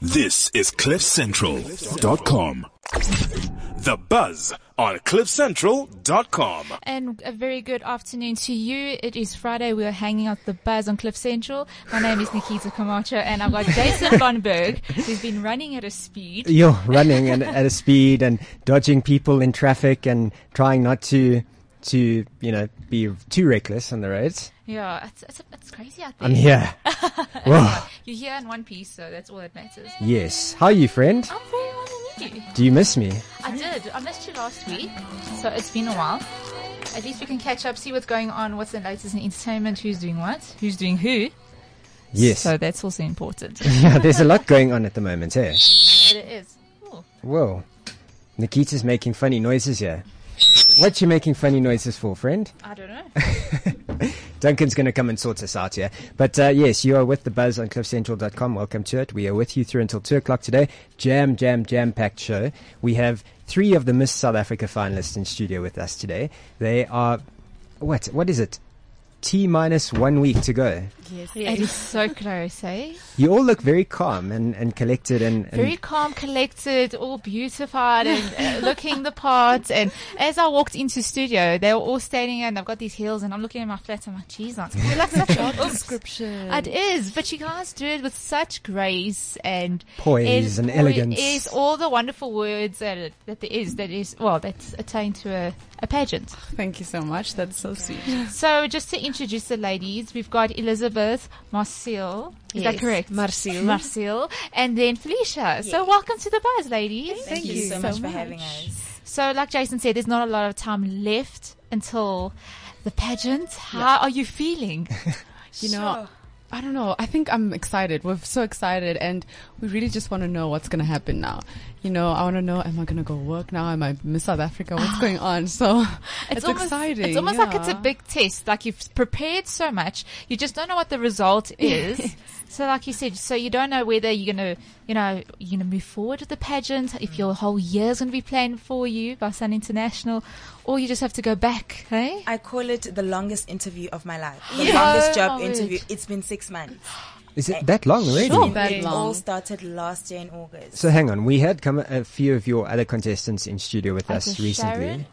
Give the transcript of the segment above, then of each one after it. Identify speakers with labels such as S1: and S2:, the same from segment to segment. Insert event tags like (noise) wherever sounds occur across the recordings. S1: This is CliffCentral.com. The buzz on CliffCentral.com.
S2: And a very good afternoon to you. It is Friday. We are hanging out the buzz on Cliff Central. My name is Nikita Camacho, and
S3: (laughs)
S2: I've got Jason Bonberg, who's been running at a speed.
S3: You're running and at a speed and dodging people in traffic and trying not to to you know be too reckless on the roads.
S2: Yeah, it's, it's, it's crazy out there.
S3: I'm here.
S2: (laughs)
S3: Whoa.
S2: You're here in one piece, so that's all that matters.
S3: Yes. How are you, friend?
S2: I'm very well and you.
S3: Do you miss me?
S2: I did. I missed you last week, so it's been a while. At least we can catch up, see what's going on, what's the latest in entertainment, who's doing what, who's doing who.
S3: Yes. (laughs)
S2: So that's also important.
S3: yeah, there's a lot going on at the moment, eh?
S2: But it is. Ooh.
S3: Whoa. Nikita's making funny noises here. What you making funny noises for, friend?
S2: I don't know.
S3: (laughs) Duncan's going to come and sort us out here. But uh, yes, you are with the buzz on cliffcentral.com. Welcome to it. We are with you through until 2 o'clock today. Jam, jam, jam packed show. We have three of the Miss South Africa finalists in studio with us today. They are, what? What is it? T minus one week to go.
S2: It is so close, eh?
S3: You all look very calm and, and collected and, and
S2: very calm, collected, all beautified
S4: (laughs)
S2: and uh, looking the part. And as I walked into studio, they were all standing there and they've got these heels and I'm looking at my flat and I'm like, geez, that's you're
S4: (laughs)
S2: like such a
S4: description.
S2: It is, but you guys do it with such grace and
S3: Poise and elegance.
S2: Is all the wonderful words that it, that there is that is well that's attained to a, a pageant.
S4: Thank you so much. That's so sweet.
S2: So just to introduce the ladies, we've got Elizabeth Marcel. Is that
S4: Yes,
S2: correct?
S4: Marcel.
S2: Marcel, and then Felicia. So welcome to the buzz, ladies.
S4: Thank you so much for having us.
S2: So, like Jason said, there's not a lot of time left until the pageant. How are you feeling?
S4: (laughs) You know, I don't know. I think I'm excited. We're so excited, and we really just want to know what's going to happen now. You know, I want to know: Am I going to go work now? Am I Miss South Africa? What's going on? So it's,
S2: almost,
S4: exciting.
S2: It's almost like it's a
S4: yeah.
S2: big test. Like you've prepared so much, you just don't know what the
S4: (laughs)
S2: result is. so, like you said, so you don't know whether you're gonna, you know, you're gonna move forward with the pageant,
S4: Mm.
S2: if your whole year's gonna be planned for you by Sun International, or you just have to go back. Hey,
S5: I call it the longest interview of my life. The
S2: Yeah.
S5: longest job
S2: Oh,
S5: interview.
S2: wait.
S5: It's been six months.
S3: is it that long already?
S4: Sure. Not that
S5: it
S4: long.
S5: all started last year in August.
S3: So hang on, we had come a few of your other contestants in studio with us
S2: Like
S3: recently.
S2: Sharon.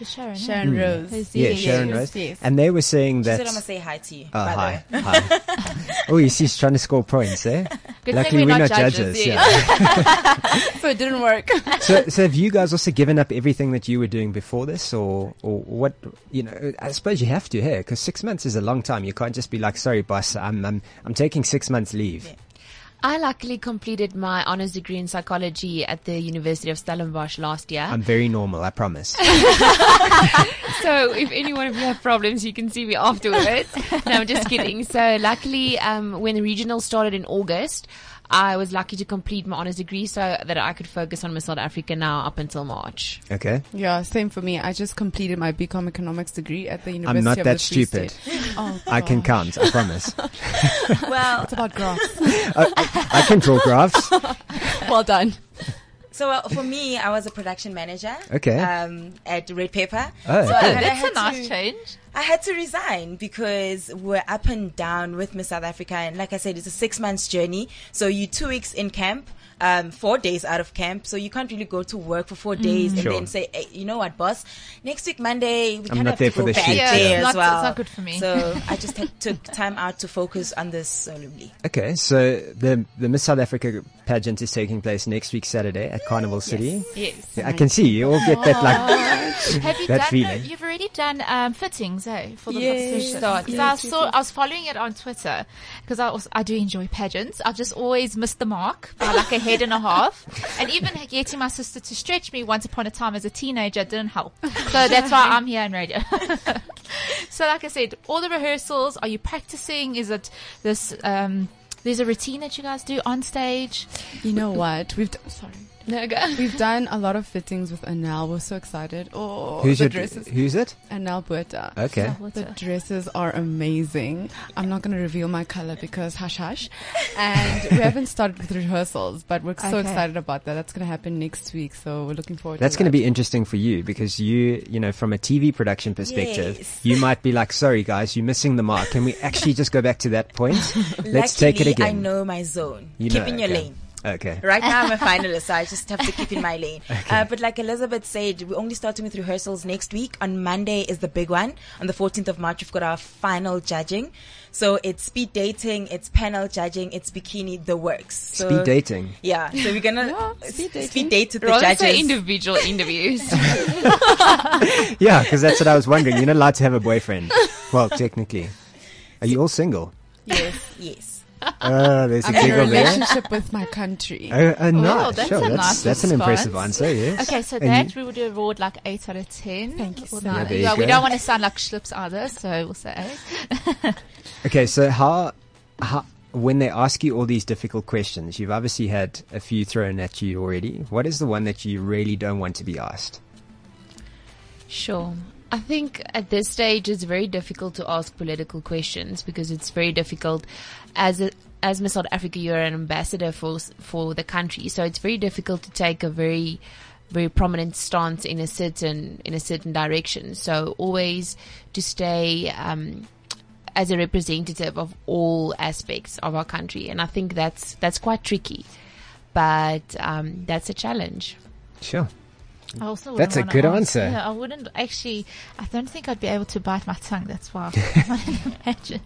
S2: Is Sharon, eh?
S4: Sharon Rose.
S2: Who's
S3: Hmm. Yeah,
S2: the-
S3: Sharon (laughs)
S4: yes,
S3: Rose.
S4: yes.
S3: And they were saying
S5: She
S3: that.
S5: said I'm gonna say hi to you.
S3: Oh,
S5: by the way.
S3: hi. hi. oh, you see, she's trying to score points, eh?
S2: Good
S3: Luckily,
S2: thing we're,
S3: we're
S2: not
S3: not
S2: judges.
S3: judges,
S2: yeah.
S4: So it didn't work.
S3: (laughs) So, so have you guys also given up everything that you were doing before this, or, or what? You know, I suppose you have to here because six months is a long time. You can't just be like, "Sorry, boss, I'm I'm, I'm taking six months leave."
S6: I luckily completed my honors degree in psychology at the University of Stellenbosch last year.
S3: I'm very normal, I promise.
S6: so if any one of you have problems, you can see me afterwards. (laughs) no, I'm just kidding. So luckily, um, when the regional started in August, I was lucky to complete my honors degree so that I could focus on Miss South Africa now up until March.
S3: Okay,
S4: yeah, (laughs) same for me. I just completed my BCom economics degree at the University
S3: I'm not
S4: of
S3: that
S4: the Free
S3: stupid.
S4: State. Oh,
S3: I can
S4: God.
S3: count, I
S4: (laughs)
S3: promise. (laughs)
S5: Well,
S4: It's about graphs.
S3: I can draw
S2: (laughs)
S3: graphs.
S4: well done.
S5: so uh, for me, I was a production manager.
S3: Okay.
S5: Um, at Red Pepper.
S3: Oh,
S5: I
S3: okay.
S5: had- I
S2: That's
S5: had
S2: a nice
S5: to-
S2: change.
S5: I had to resign because we're up and down with Miss South Africa, and like I said, it's a six months journey. So you two weeks in camp, um, four days out of camp, so you can't really go to work for
S2: Mm.
S5: four days and
S3: Sure.
S5: then say, hey, you know what, boss, next week Monday we kind
S3: not
S5: of
S3: there
S5: have to
S3: for
S5: go
S3: the
S5: back
S3: shoot, Yeah,
S5: there
S2: it's
S5: as
S2: not- it's
S5: well.
S2: not good for me. (laughs)
S5: So I just had, took time out to focus on this solemnly.
S3: Okay, so the the Miss South Africa pageant is taking place next week Saturday at Carnival City.
S2: Yes. Oh,
S3: I can see you all get that like
S2: Have you
S3: That
S2: done?
S3: feeling.
S2: You've already done um, fittings, eh? For the
S4: Yes.
S2: first start. 'Cause I saw. I was following it on Twitter because I was, I do enjoy pageants. I've just always missed the mark by like a head and a half. And even getting my sister to stretch me once upon a time as a teenager didn't help. So that's why I'm here in radio. (laughs) so, like I said, all the rehearsals. Are you practicing? Is it this? Um, there's a routine that you guys do on stage.
S4: You know what? We've d- sorry.
S6: No, go.
S4: We've done a lot of fittings with Anel. We're so excited. Oh,
S3: who's
S4: the
S3: your,
S4: dresses.
S3: who's it?
S4: Anel Buerta.
S3: Okay.
S4: The dresses are amazing. I'm not going to reveal my color because hush hush.
S3: (laughs)
S4: And we haven't started with rehearsals, but we're so
S2: Okay.
S4: excited about that. That's going to happen next week. So we're looking forward
S3: That's
S4: to
S3: going to
S4: that.
S3: be interesting for you because you, you know, from a TV production perspective,
S5: Yes.
S3: you might be like, sorry guys, you're missing the mark. Can we actually just go back to that point? Let's take it
S5: Luckily,
S3: again.
S5: I know my zone.
S3: You
S5: Keep
S3: know,
S5: in your
S3: okay.
S5: lane.
S3: Okay.
S5: Right now I'm
S3: (laughs)
S5: a finalist, so I just have to keep in my lane. Uh, but like Elizabeth said, we're only starting with rehearsals next week. On Monday is the big one. On the 14th of March, we've got our final judging. So it's speed dating, it's panel judging, it's bikini, the works. So,
S3: Speed dating.
S5: Yeah. So we're gonna
S4: (laughs) Yeah, speed
S5: s-
S4: dating.
S5: speed date with the
S6: Rather say
S5: judges.
S6: individual
S5: (laughs)
S6: interviews.
S3: Yeah, because that's what I was wondering. You're not allowed to have a boyfriend. Well, technically. Are you all single?
S5: yes.
S3: Uh, there's a
S4: I'm in a
S3: giggle there.
S4: relationship with my country.
S3: Oh, oh, nice.
S2: that's
S3: sure,
S2: a
S3: that's,
S2: nice
S3: that's an impressive
S2: response.
S3: answer, yes.
S2: Okay, so
S3: And
S2: that
S3: you-
S2: we would award like eight out of ten.
S4: Thank you so
S2: Or nine.
S3: much. Yeah, there you
S2: yeah, we
S3: go.
S2: don't want to sound like schlips either, so we'll say eight.
S3: okay, so how, how, when they ask you all these difficult questions, you've obviously had a few thrown at you already. What is the one that you really don't want to be asked?
S6: Sure. I think at this stage it's very difficult to ask political questions because it's very difficult as a as Miss South Africa, you're an ambassador for s- for the country, so it's very difficult to take a very very prominent stance in a certain in a certain direction. So always to stay um, as a representative of all aspects of our country, and I think that's that's quite tricky, but um, that's a challenge.
S3: Sure.
S2: I also wouldn't
S3: That's a
S2: wanna
S3: good
S2: ask-
S3: answer.
S2: Yeah, I wouldn't actually. I don't think I'd be able to bite my tongue. That's why
S3: (laughs)
S2: I can't imagine.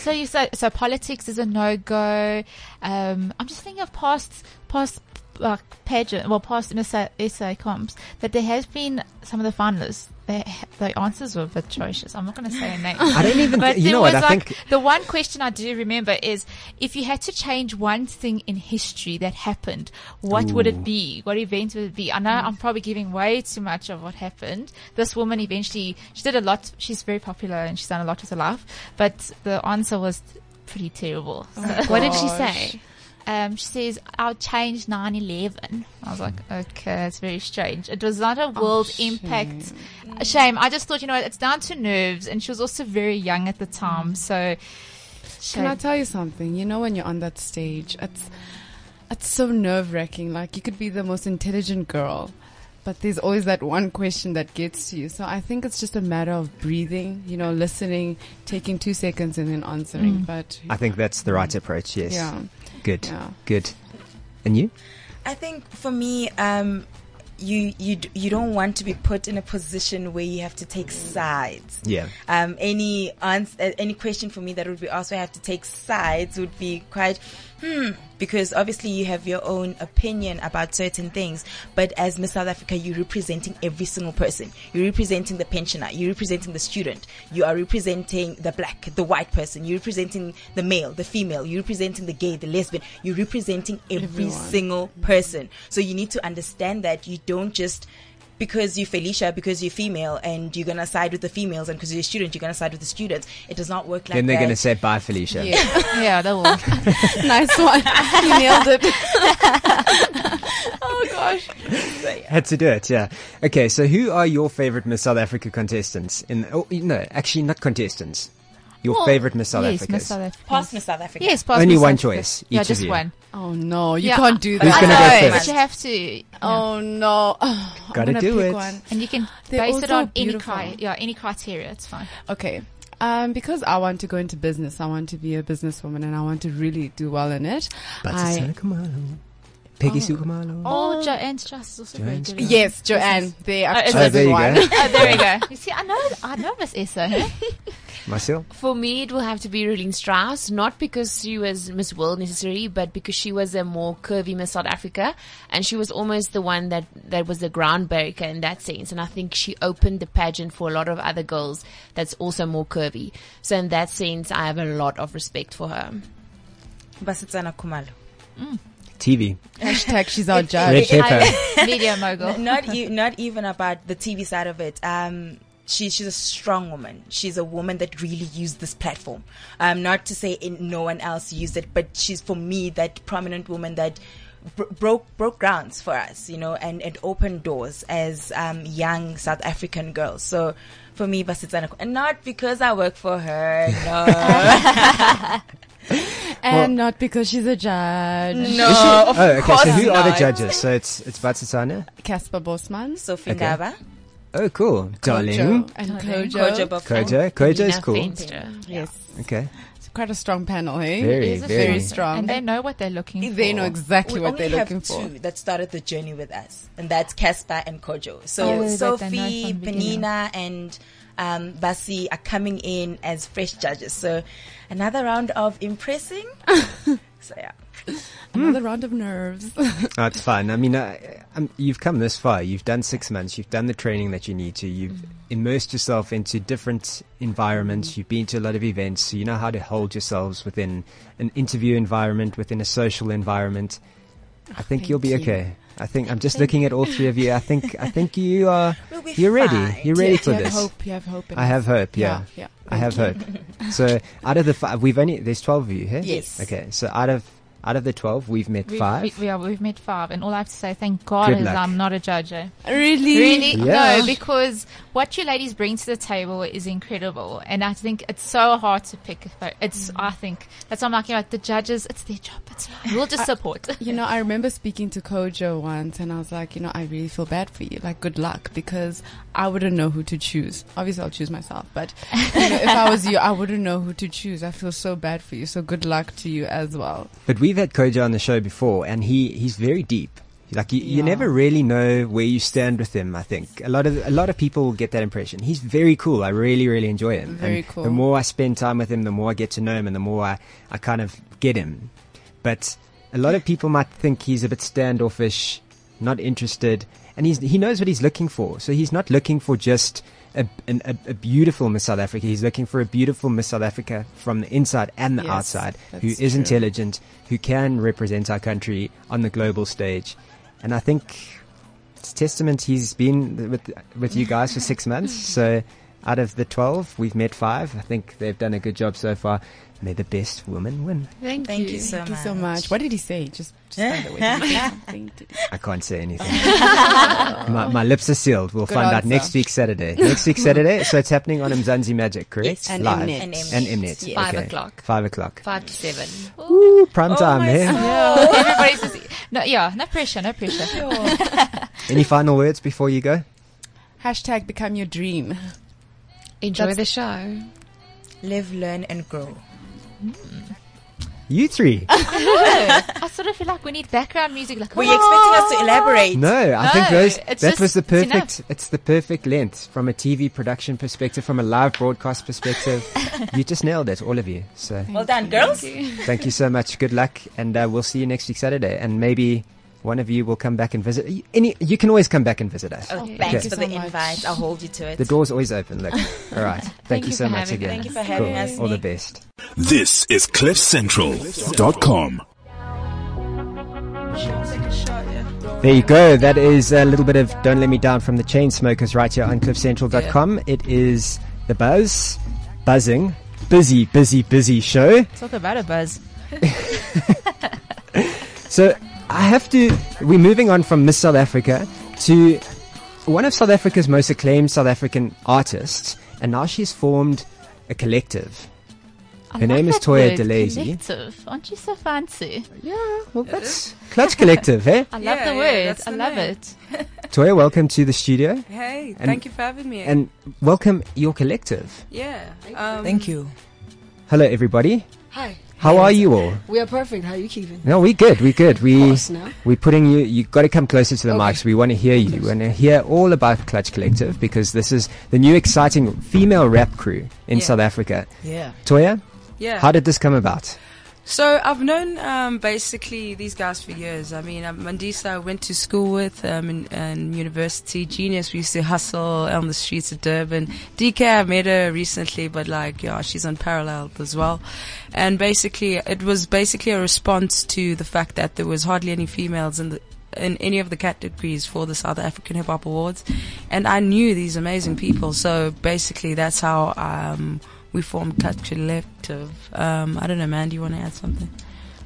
S2: So you said so politics is a no go. Um, I'm just thinking of past past like pageant, well past essay, essay comps that there has been some of the finalists. Their, their answers were atrocious. I'm not going to say a name.
S3: I don't
S7: (laughs)
S3: even,
S2: (laughs) But
S3: thi- you
S2: there
S3: know
S2: was
S3: what, I
S2: like
S3: think,
S2: the one question I do remember is if you had to change one thing in history that happened, what would it be? What event would it be? I know I'm probably giving way too much of what happened. This woman eventually she did a lot. She's very popular and she's done a lot with her life, but the answer was pretty terrible. (laughs) So,
S6: What did she
S4: Gosh.
S6: say?
S2: um, she says I'll change 9/11. I was like, okay, it's very strange. It was
S4: Oh,
S2: not a world impact. Shame. I just thought, you know, what, it's down to nerves, and she was also very young at the time, so.
S4: Mm. Can I
S2: Shame.
S4: tell you something? You know when you're on that stage, it's it's so nerve wracking. Like you could be the most intelligent girl, but there's always that one question that gets to you. So I think it's just a matter of breathing, you know, listening, taking two seconds and then answering.
S2: Mm.
S4: But
S3: I think that's the right approach, yes.
S4: yeah.
S3: Good,
S4: Yeah.
S3: good. And you?
S5: I think for me, um, you you d- you don't want to be put in a position where you have to take sides.
S3: Yeah.
S5: Um, any ans- uh, any question for me that would be asked where I have to take sides would be quite hmm because obviously you have your own opinion about certain things, but as Miss South Africa, you're representing every single person. You're representing the pensioner. You're representing the student. You are representing the black, the white person. You're representing the male, the female. You're representing the gay, the lesbian. You're representing every
S4: Everyone.
S5: single person. So you need to understand that you don't just because you're Felicia, because you're female, and you're gonna side with the females, and because you're a student, you're gonna side with the students. It does not work like
S3: then they're
S5: that.
S3: going to say bye, Felicia.
S4: Yeah,
S2: Yeah, that will.
S4: nice
S2: (laughs)
S4: one. You nailed it.
S2: oh gosh.
S3: (laughs) Had to do it, yeah. Okay, so who are your favorite Miss South Africa contestants? In oh, no, actually not contestants. Your favorite Miss South
S2: yes,
S3: Africa.
S2: Miss South Africa.
S5: past Miss South Africa.
S2: Yes, past
S3: Only
S2: Miss
S3: one
S2: South Africa.
S3: choice,
S2: Yeah,
S3: each
S2: just
S3: of you.
S2: one.
S4: Oh no, you
S2: Yeah,
S4: can't do
S2: I-
S4: that.
S3: Who's gonna
S2: I
S3: go
S2: know,
S3: first?
S2: But you have to.
S4: Oh no. (laughs) Oh, I'm
S3: Gotta
S4: gonna
S3: do
S4: pick
S3: it.
S4: One.
S2: And you can
S4: They're
S2: base it
S4: also
S2: on
S4: beautiful.
S2: any cri- yeah, any criteria. It's fine.
S4: Okay. Um, because I want to go into business, I want to be a businesswoman and I want to really do well in it.
S3: But
S4: I-
S3: Sukumalo. Peggy Sukumalo.
S2: Oh, Joanne's trust is also very
S3: Joanne's
S2: good.
S4: Yes, Joanne, they are
S2: Oh, it's
S3: Oh, there
S4: chosen
S3: you
S4: one.
S3: go.
S2: (laughs) Oh, there we
S6: (laughs)
S2: go. You see, I know, I know Miss Issa. huh?
S3: Marcel?
S6: For me, it will have to be Ruling Strauss, not because she was Miss World necessarily, but because she was a more curvy Miss South Africa, and she was almost the one that that was the groundbreaker in that sense. And I think she opened the pageant for a lot of other girls that's also more curvy. So in that sense, I have a lot of respect for her.
S5: Basitsana Kumalo.
S3: TV.
S4: Hashtag she's our
S3: Red
S4: judge.
S3: pepper.
S2: (laughs) Media mogul.
S5: Not e- not even about the TV side of it. Um, she, she's a strong woman. She's a woman that really used this platform. Um, not to say in, no one else used it, but she's for me that prominent woman that bro- broke broke grounds for us, you know, and, and opened doors as um, young South African girls. So for me, Basitsana, and not because I work for her. No,
S2: (laughs)
S5: (laughs)
S4: and not because she's a judge.
S5: no, of
S3: oh, okay,
S5: course
S3: so who are the
S5: not.
S3: judges? So it's it's Batsasana.
S4: Casper Bosman,
S5: Sophie
S3: Okay.
S5: Ngaba,
S3: Oh, cool. Darling.
S4: Kojo, and
S2: Darling.
S4: Kojo.
S5: Kojo Bafuma.
S3: Koja. Koja is
S6: Ina
S3: cool.
S6: Fenster.
S4: Yes.
S3: Okay.
S4: quite a strong panel, hey?
S3: Very,
S2: Is it
S3: very.
S4: strong.
S2: And they know what they're looking for.
S4: They know
S5: we
S4: exactly what
S5: only
S4: they're
S5: have
S4: looking for.
S5: two that started the journey with us, and that's Casper and Kojo.
S2: Yeah,
S5: So
S2: but they know
S5: Sophie,
S2: from the beginning.
S5: Panina, and um, Basi are coming in as fresh judges. So another round of
S2: (laughs)
S5: impressing. so yeah.
S4: Another round of nerves.
S3: (laughs) That's fine. I mean, I, i you've come this far. You've done six months. You've done the training that you need to. You've
S4: Mm-hmm.
S3: immersed yourself into different environments. You've been to a lot of events. So you know how to hold yourselves within an interview environment, within a social environment. I think
S4: Oh, thank
S3: you'll be
S4: you.
S3: okay. I think I'm just looking at all three of you. I think I think you
S4: (laughs)
S3: are
S5: We'll be
S3: you're ready.
S5: fine.
S3: You're ready
S4: you
S3: for
S4: have
S3: this.
S4: hope. You have hope. in
S3: I
S4: us.
S3: have hope. Yeah.
S4: Yeah.
S3: I have hope.
S4: (laughs)
S3: So out of the five, we've only there's twelve of you here.
S5: Yes.
S3: Okay. So out of out of the twelve, we've met
S2: We've,
S3: five.
S2: We, we are, we've met five, and all I have to say, thank God,
S3: Good
S2: is
S3: luck.
S2: I'm not a judge. eh?
S4: Really?
S2: Really?
S3: Yeah.
S2: No, because what you ladies bring to the table is incredible, and I think it's so hard to pick. a fo- It's I think that's what I'm like about the judges. It's their job. It's we'll just support.
S4: (laughs) You know, I remember speaking to Kojo once and I was like, you know, I really feel bad for you. Like, good luck because I wouldn't know who to choose. Obviously, I'll choose myself, but you know, if I was you, I wouldn't know who to choose. I feel so bad for you. So good luck to you as well.
S3: But we've had Koja on the show before, and he, he's very deep. Like you, you
S4: Yeah.
S3: never really know where you stand with him. I think a lot of a lot of people get that impression. He's very cool. I really really enjoy him.
S4: Very
S3: And
S4: cool.
S3: The more I spend time with him, the more I get to know him, and the more I, I kind of get him. But a lot of people might think he's a bit standoffish, not interested, and he's he knows what he's looking for. So he's not looking for just a an, a, a beautiful Miss South Africa. He's looking for a beautiful Miss South Africa from the inside and the
S4: Yes,
S3: outside, who
S4: that's
S3: is
S4: true.
S3: intelligent, who can represent our country on the global stage. And I think it's testament he's been with with you guys for six
S4: (laughs)
S3: months. So out of the twelve, we've met five. I think they've done a good job so far. May the best woman win.
S6: Thank,
S5: Thank you so
S4: Thank
S5: much.
S4: you so
S5: (laughs)
S4: much. What did he say? Just, just by the way, did he say
S2: (laughs)
S4: something? Did he-
S3: I can't say
S4: (laughs)
S3: anything. my, my lips are sealed. We'll
S4: Good
S3: find out
S4: answer.
S3: next week Saturday. Next week Saturday. So it's happening on Mzanzi Magic, correct?
S5: Yes.
S4: And
S3: Live.
S4: Mnet.
S5: And Mnet.
S3: And Mnet.
S5: Yes.
S6: Five o'clock.
S3: Five o'clock.
S6: Five to seven.
S2: (laughs)
S3: Ooh,
S4: Oh
S3: prime time,
S5: my
S3: eh?
S2: Everybody's just, no, yeah, no pressure, no pressure. (laughs)
S3: Any final words before you go?
S4: Hashtag become your dream.
S6: Enjoy
S5: (laughs)
S6: the show.
S5: Live, learn, and grow.
S2: Mm.
S3: You three.
S2: I sort of feel like we need background music. Like, oh,
S5: Were you expecting us to elaborate?
S3: No, I think
S2: No,
S3: those,
S2: it's
S3: that
S2: just-
S3: was the
S2: it's enough.
S3: perfect. It's, the perfect length from a TV production perspective, from a live broadcast perspective. you just nailed it, all of you. So
S5: Well done, girls.
S3: thank you so much. Good luck, and uh, we'll see you next week Saturday. And maybe one of you will come back and visit. y- Any, you can always come back and visit us.
S5: Oh,
S3: Okay.
S5: thanks for the
S4: Thank you so much.
S5: invite. I'll hold you to it.
S3: The door's always open.
S5: (laughs)
S3: Look, all right. Thank, you,
S6: you
S3: so
S6: for
S3: much
S6: having
S3: again.
S6: us.
S5: Thank you for having
S3: Cool.
S5: us.
S3: All the
S5: Nick.
S3: best.
S1: This is CliffCentral.com.
S3: There you go. That is a little bit of Don't Let Me Down from the Chainsmokers right here on cliffcentral.com. It is The Buzz, buzzing, busy, busy, busy show.
S5: Talk about a buzz.
S3: So I have to. We're moving on from Miss South Africa to one of South Africa's most acclaimed South African artists, and now she's formed a collective.
S2: I
S3: Her name is
S2: that
S3: Toya
S2: word,
S3: DeLazy.
S2: collective. Aren't you so fancy?
S3: Well, that's Clutch Collective,
S2: (laughs)
S3: eh?
S2: I love
S8: Yeah,
S2: the
S8: yeah,
S2: word.
S8: that's
S2: I
S8: the
S2: love
S8: name.
S2: it.
S3: Toya, welcome to the studio,
S8: Hey,
S3: And-
S8: thank you for having me.
S3: and welcome your collective.
S8: (laughs) yeah. Um,
S9: Thank you.
S3: Hello, everybody.
S9: Hi.
S3: How are you all?
S9: We are perfect. How are you keeping?
S3: No, we good. We good.
S9: Of
S3: We
S9: course, no?
S3: we putting you. You got to come closer to the
S9: Okay.
S3: mics. We want to hear you. We want to hear all about Clutch Collective because this is the new exciting female rap crew in
S8: Yeah.
S3: South Africa.
S9: Yeah.
S3: Toya,
S8: yeah.
S3: How did this come about?
S8: so I've known um, basically these guys for years. I mean, um, Mandisa I went to school with um, in, in university. Genius, we used to hustle on the streets of Durban. DK, I met her recently, but like, yeah, she's unparalleled as well. And basically, it was basically a response to the fact that there was hardly any females in the in any of the categories for the South African Hip Hop Awards, and I knew these amazing people. So basically, that's how um, we formed Touch Collective. Um, I don't know, man. Do you want to add something?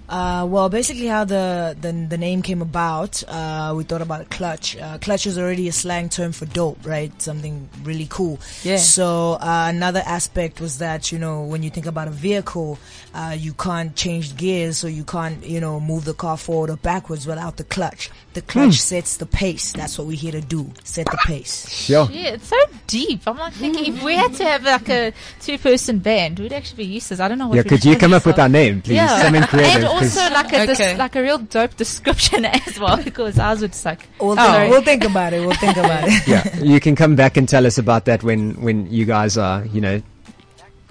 S9: Uh, well, basically, how the, the the name came about, uh, we thought about clutch. Uh, clutch is already a slang term for dope, right? Something really cool.
S8: Yeah.
S9: So uh, another aspect was that you know when you think about a vehicle, uh, you can't change gears, so you can't you know move the car forward or backwards without the clutch. The
S3: Hmm.
S9: clutch sets the pace. That's what we're here to do: set the pace.
S3: Sure.
S2: Yeah, it's so deep. I'm like thinking if we had to have like a two person band, we'd actually be useless. I don't know what
S3: Yeah,
S2: we'd
S3: could you
S2: call
S3: come up with our
S2: ourselves.
S3: name, please?
S2: Yeah.
S3: Something creative.
S2: And
S3: 'cause-
S2: also like a dis-
S8: Okay.
S2: like a real dope description (laughs) as well because ours would suck.
S9: We'll,
S2: Oh,
S9: think,
S2: sorry.
S9: we'll
S2: (laughs)
S9: think about it. We'll think about it.
S3: (laughs) yeah, you can come back and tell us about that when when you guys are you know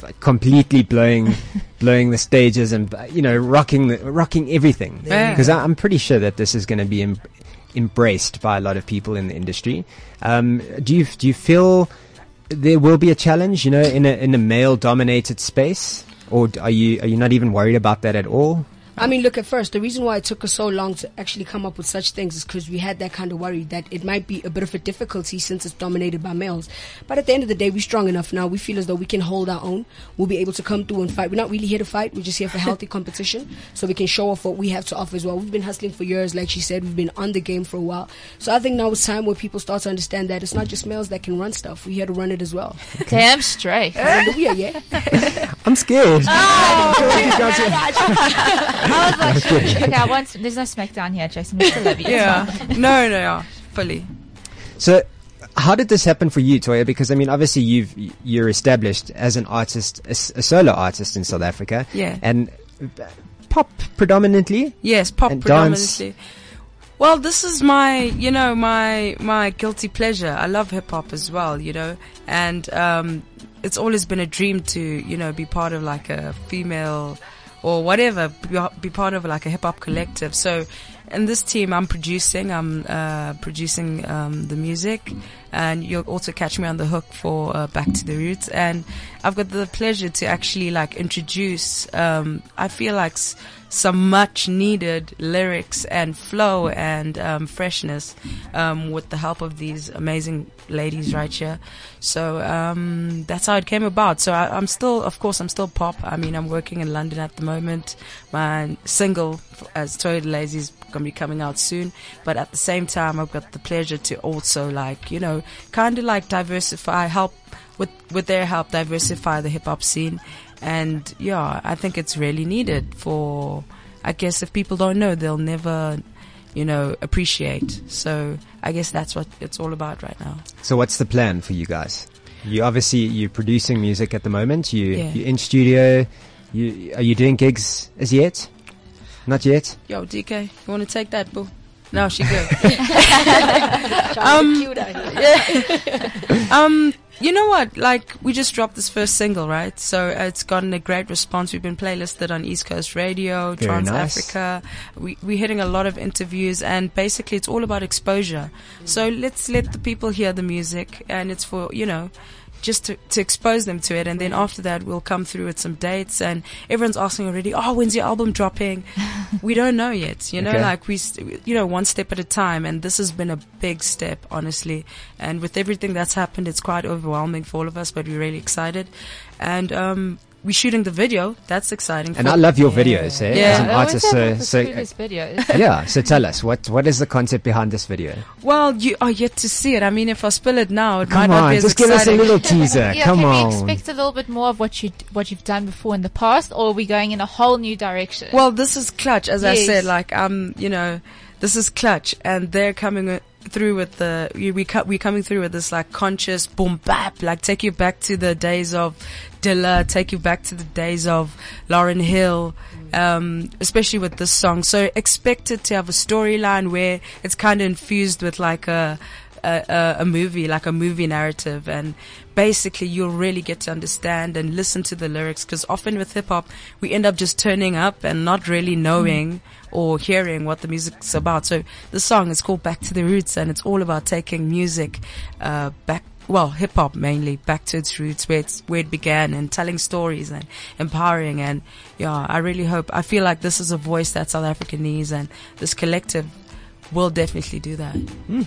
S3: like completely
S8: (laughs)
S3: blowing blowing the stages and you know rocking the, rocking everything
S8: Yeah.
S3: because I'm pretty sure that this is going to be em- embraced by a lot of people in the industry. Um, do you do you feel there will be a challenge? You know, in a in a male dominated space, or d- are you are you not even worried about that at all?
S10: I mean, look, at first, the reason why it took us so long to actually come up with such things is because we had that kind of worry that it might be a bit of a difficulty since it's dominated by males. But at the end of the day, we're strong enough now. We feel as though we can hold our own. We'll be able to come through and fight. We're not really here to fight. We're just here for
S9: (laughs)
S10: healthy competition so we can show off what we have to offer as well. We've been hustling for years, like she said. We've been on the game for a while. So I think now it's time where people start to understand that it's not just males that can run stuff. We're here to run it as well.
S2: damn straight.
S10: Hallelujah, yeah?
S3: I'm scared.
S8: Ah.
S3: (laughs)
S2: I was like, okay, I want. There's no SmackDown here, Jason. We still love you.
S8: Yeah. no, no, yeah, fully.
S3: So, how did this happen for you, Toya? Because I mean, obviously, you've you're established as an artist, a, s- a solo artist in South Africa,
S8: Yeah.
S3: and uh, pop predominantly.
S8: Yes, pop
S3: And dance.
S8: predominantly. Well, this is my, you know, my my guilty pleasure. I love hip hop as well, you know, and um, it's always been a dream to, you know, be part of like a female or whatever, be, be part of like a hip hop collective. So, in this team, I'm producing, I'm uh, producing um, the music, and you'll also catch me on the hook for uh, Back to the Roots. And I've got the pleasure to actually like introduce. Um, I feel like s- some much needed lyrics and flow and um, freshness um, with the help of these amazing ladies right here. So um, that's how it came about. So I, I'm still, of course, I'm still pop. I mean, I'm working in London at the moment. My single f- as Toy Lazy is going to be coming out soon. But at the same time, I've got the pleasure to also like, you know, kind of like diversify, help with, with their help, diversify the hip hop scene. And yeah, I think it's really needed for, I guess if people don't know, they'll never, you know, appreciate. So I guess that's what it's all about right now.
S3: So, what's the plan for you guys? You obviously you're producing music at the moment. You
S8: Yeah.
S3: you're in studio. You are you doing gigs as yet? Not
S8: (laughs)
S3: yet.
S8: Yo, DK, you want to take that, boo? No,
S10: (laughs)
S8: she good. (laughs)
S10: Um, cute out here.
S8: (laughs) um, you know what? Like, we just dropped this first single, right? So uh, it's gotten a great response. We've been playlisted on East Coast Radio,
S3: Very
S8: Trans
S3: nice.
S8: Africa. We, we're hitting a lot of interviews, and basically, it's all about exposure. So let's let the people hear the music, and it's for you know. Just to, to expose them to it, and then after that, we'll come through with some dates. And everyone's asking already, "Oh, when's your album dropping?" we don't know yet. You know,
S3: Okay.
S8: like we, st- you know, one step at a time. And this has been a big step, honestly. And with everything that's happened, it's quite overwhelming for all of us, but we're really excited. And, um, we're shooting the video. That's exciting.
S3: And
S8: for-
S3: I love your videos, eh?
S8: Yeah.
S3: As an
S2: I always
S3: artist,
S2: have
S3: so,
S2: the
S3: so
S2: coolest video.
S3: (laughs) yeah. So tell us what what is the concept behind this video?
S8: well, you are yet to see it. I mean, if I spill it now, it might
S3: Come
S8: not
S3: on,
S8: be as
S3: just give us
S8: exciting.
S3: a little teaser.
S2: Yeah,
S3: Come
S2: can
S3: on.
S2: we expect a little bit more of what you what you've done before in the past, or are we going in a whole new direction?
S8: Well, this is clutch, as I
S2: Yes.
S8: said. Like um, you know, this is clutch, and they're coming uh, through with the we we co- we coming through with this like conscious boom bap, like take you back to the days of Dilla, take you back to the days of Lauren Hill. Um, especially with this song, so expect it to have a storyline where it's kind of infused with like a a, a, a movie, like a movie narrative, and basically you'll really get to understand and listen to the lyrics. Because often with hip hop, we end up just turning up and not really knowing or hearing what the music's about. So the song is called "Back to the Roots," and it's all about taking music uh, back. Well, hip hop mainly back to its roots, where it's where it began, and telling stories and empowering. And yeah, I really hope. I feel like this is a voice that South Africa needs, and this collective will definitely do that. Yeah.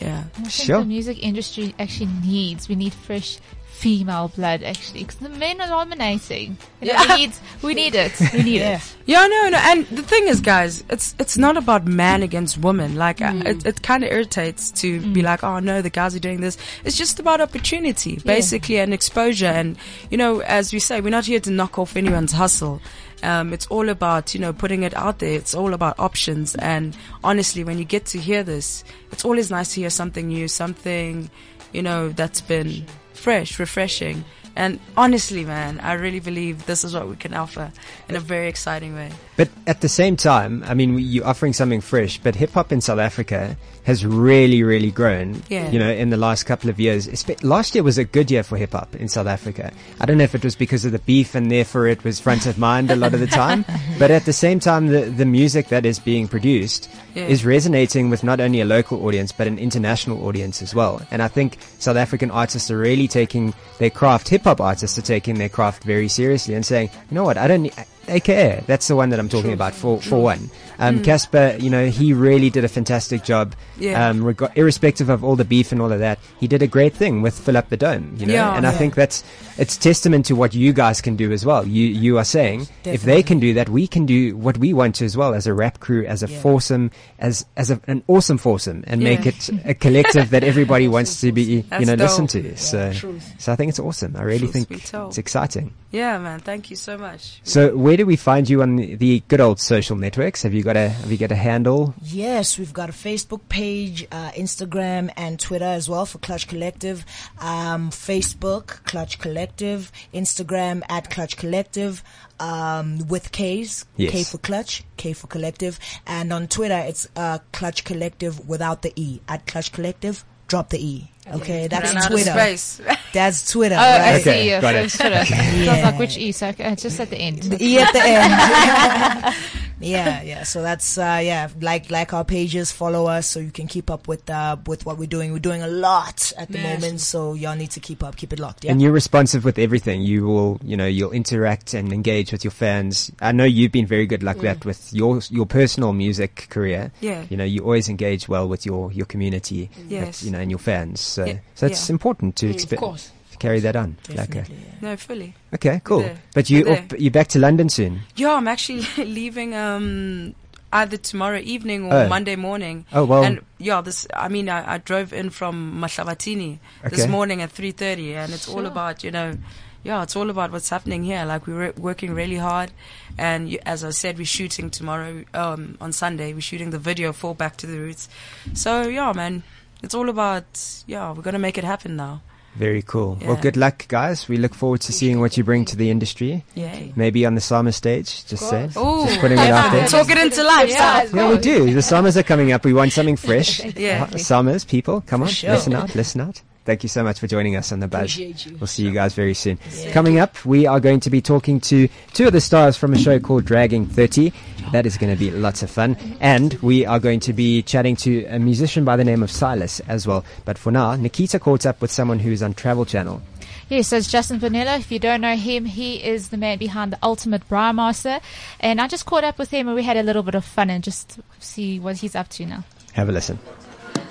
S2: And I think
S3: Sure.
S2: the music industry actually needs. We need fresh female blood actually because the men are dominating. You know,
S8: Yeah.
S2: we need we
S8: (laughs)
S2: need it. We need it.
S8: Yeah, no, no. And the thing is, guys, it's it's not about man against woman. Like, I- it, it kind of irritates to be like, oh no, the guys are doing this. It's just about opportunity, basically, and exposure. And you know, as we say, we're not here to knock off anyone's hustle. Um, it's all about you know putting it out there. It's all about options. And honestly, when you get to hear this, it's always nice to hear something new, something you know that's been fresh, refreshing. And honestly, man, I really believe this is what we can offer in a very exciting way.
S3: But at the same time, I mean, we- you're offering something fresh, but hip hop in South Africa has really, really grown,
S8: Yeah.
S3: you know, in the last couple of years. Espe- Last year was a good year for hip hop in South Africa. I don't know if it was because of the beef and therefore it was front of mind a lot of the
S8: (laughs)
S3: time, but at the same time, the, the music that is being produced
S8: Yeah.
S3: is resonating with not only a local audience, but an international audience as well. And I think South African artists are really taking their craft, hip hop artists are taking their craft very seriously and saying, you know what, I don't need, AKA, that's the one that I'm talking about for, for one. Um, Casper, you know, he really did a fantastic job.
S8: Hmm. Yeah.
S3: Um, reg- irrespective of all the beef and all of that, he did a great thing with Fill Up the Dome, you know,
S8: Yeah.
S3: and I
S8: Yeah.
S3: think that's, it's testament to what you guys can do as well. You, you are saying, if they can do that, we can do what we want to as well as a rap crew, as a foursome, as, as a, an awesome foursome and make
S8: Yeah.
S3: it a collective
S8: (laughs)
S3: that everybody wants to be, you
S8: That's
S3: know,
S8: dope.
S3: listened to. So,
S10: truth.
S3: so I think it's awesome. I really
S8: Truth
S3: think
S8: be told.
S3: it's exciting.
S8: Yeah, man. Thank you so much.
S3: So where do we find you on the good old social networks? Have you got a have you got a handle?
S9: Yes, we've got a Facebook page, uh, Instagram, and Twitter as well for Clutch Collective. Um, Facebook, Clutch Collective. Instagram at Clutch Collective um, with K's.
S3: Yes.
S9: K for Clutch, K for Collective. And on Twitter, it's uh, Clutch Collective without the E. At Clutch Collective, drop the E. Okay, that's
S8: Ran out of
S9: Twitter.
S8: space.
S9: That's Twitter.
S2: Oh, I
S9: right?
S3: Okay,
S2: see. Yeah,
S3: got
S2: so
S3: it.
S2: it's sort of- So I was
S9: Yeah.
S2: like, which E? So uh, just at the end.
S9: The E at the
S2: (laughs)
S9: end. yeah, yeah. So that's uh, yeah. Like like our pages, follow us so you can keep up with uh, with what we're doing. We're doing a lot at the moment, so y'all need to keep up, keep it locked. Yeah.
S3: And you're responsive with everything. You will, you know, you'll interact and engage with your fans. I know you've been very good like that with your your personal music career.
S8: Mm. Yeah.
S3: You know, you always engage well with your your community.
S8: Yes.
S3: You know, and your fans. So
S8: Yeah,
S3: so it's
S8: yeah.
S3: important to
S10: Mm, Of
S3: expe-
S10: course.
S3: carry that on. Okay.
S9: Definitely,
S8: No, fully.
S3: Okay. Cool.
S8: there.
S3: But you
S8: We're
S3: up, you're back to London soon.
S8: Yeah, I'm actually (laughs) leaving um either tomorrow evening or
S3: Oh.
S8: Monday morning.
S3: Oh, well.
S8: And yeah, this. I mean, I, I drove in from Mahlavatini this
S3: Okay.
S8: morning at 3:30, and it's all about you know. Yeah, it's all about what's happening here. Like we're working really hard, and you, as I said, we're shooting tomorrow um, on Sunday. We're shooting the video for Back to the Roots. So yeah, man, it's all about yeah. We're gonna make it happen now.
S3: Very cool. Well,
S8: Yeah.
S3: good luck, guys. We look forward to seeing what you bring to the industry.
S8: Yay.
S3: Maybe on the summer stage. Just saying.
S8: Oh,
S3: Just putting it out there.
S8: (laughs) talk it into life.
S2: Yeah.
S3: Yeah, we do. The summers are coming up. We want something fresh.
S8: Yeah.
S3: Uh, Summers, people, come on,
S9: sure.
S3: listen out, listen out. Thank you so much for joining us on the buzz.
S10: Appreciate you.
S3: We'll see you guys very soon. Coming up, we are going to be talking to two of the stars from a show called Dragging 30. That is going to be lots of fun. And we are going to be chatting to a musician by the name of Silas as well. But for now, Nikita caught up with someone who is on Travel Channel.
S2: Yeah, so it's Justin Vanilla. If you don't know him, he is the man behind the Ultimate Bra Master. And I just caught up with him and we had a little bit of fun and just see what he's up to now.
S3: Have a listen.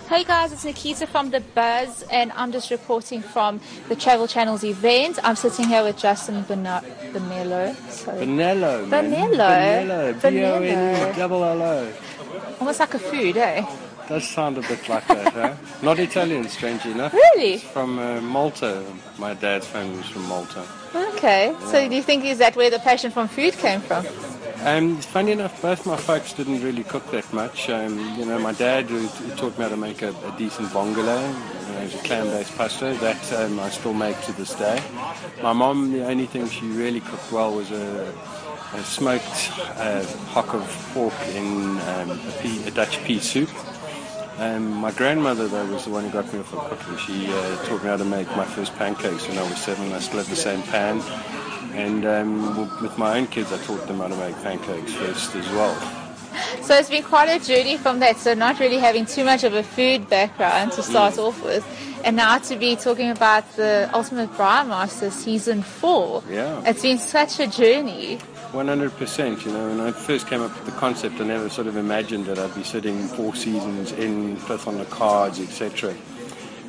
S2: Hey guys, it's Nikita from The Buzz, and I'm just reporting from the Travel Channels event. I'm sitting here with Justin Bana- Bonello. Sorry.
S11: Vanello.
S2: Bonello.
S11: Vanello.
S2: Bonello.
S11: B-O-N-E-double-L-O.
S2: Almost like a food, eh?
S11: Does sound a bit like that, huh? Not Italian, strangely enough.
S2: Really?
S11: From uh, Malta. My dad's family was from Malta.
S2: Okay. So do you think is that where the passion from food came from?
S11: Um, funny enough, both my folks didn't really cook that much. Um, you know, my dad who t- taught me how to make a, a decent vongole, you know, it's a clam-based pasta that um, I still make to this day. My mom, the only thing she really cooked well was a, a smoked uh, hock of pork in um, a, pea, a Dutch pea soup. Um, my grandmother, though, was the one who got me off of cooking. She uh, taught me how to make my first pancakes when I was seven. I still have the same pan. And um, w- with my own kids, I taught them how to make pancakes first as well.
S2: So it's been quite a journey from that. So not really having too much of a food background to start off with. And now to be talking about the Ultimate Briar Master season four.
S11: Yeah.
S2: It's been such a journey.
S11: 100%. You know, when I first came up with the concept, I never sort of imagined that I'd be sitting four seasons in, fifth on the cards, etc.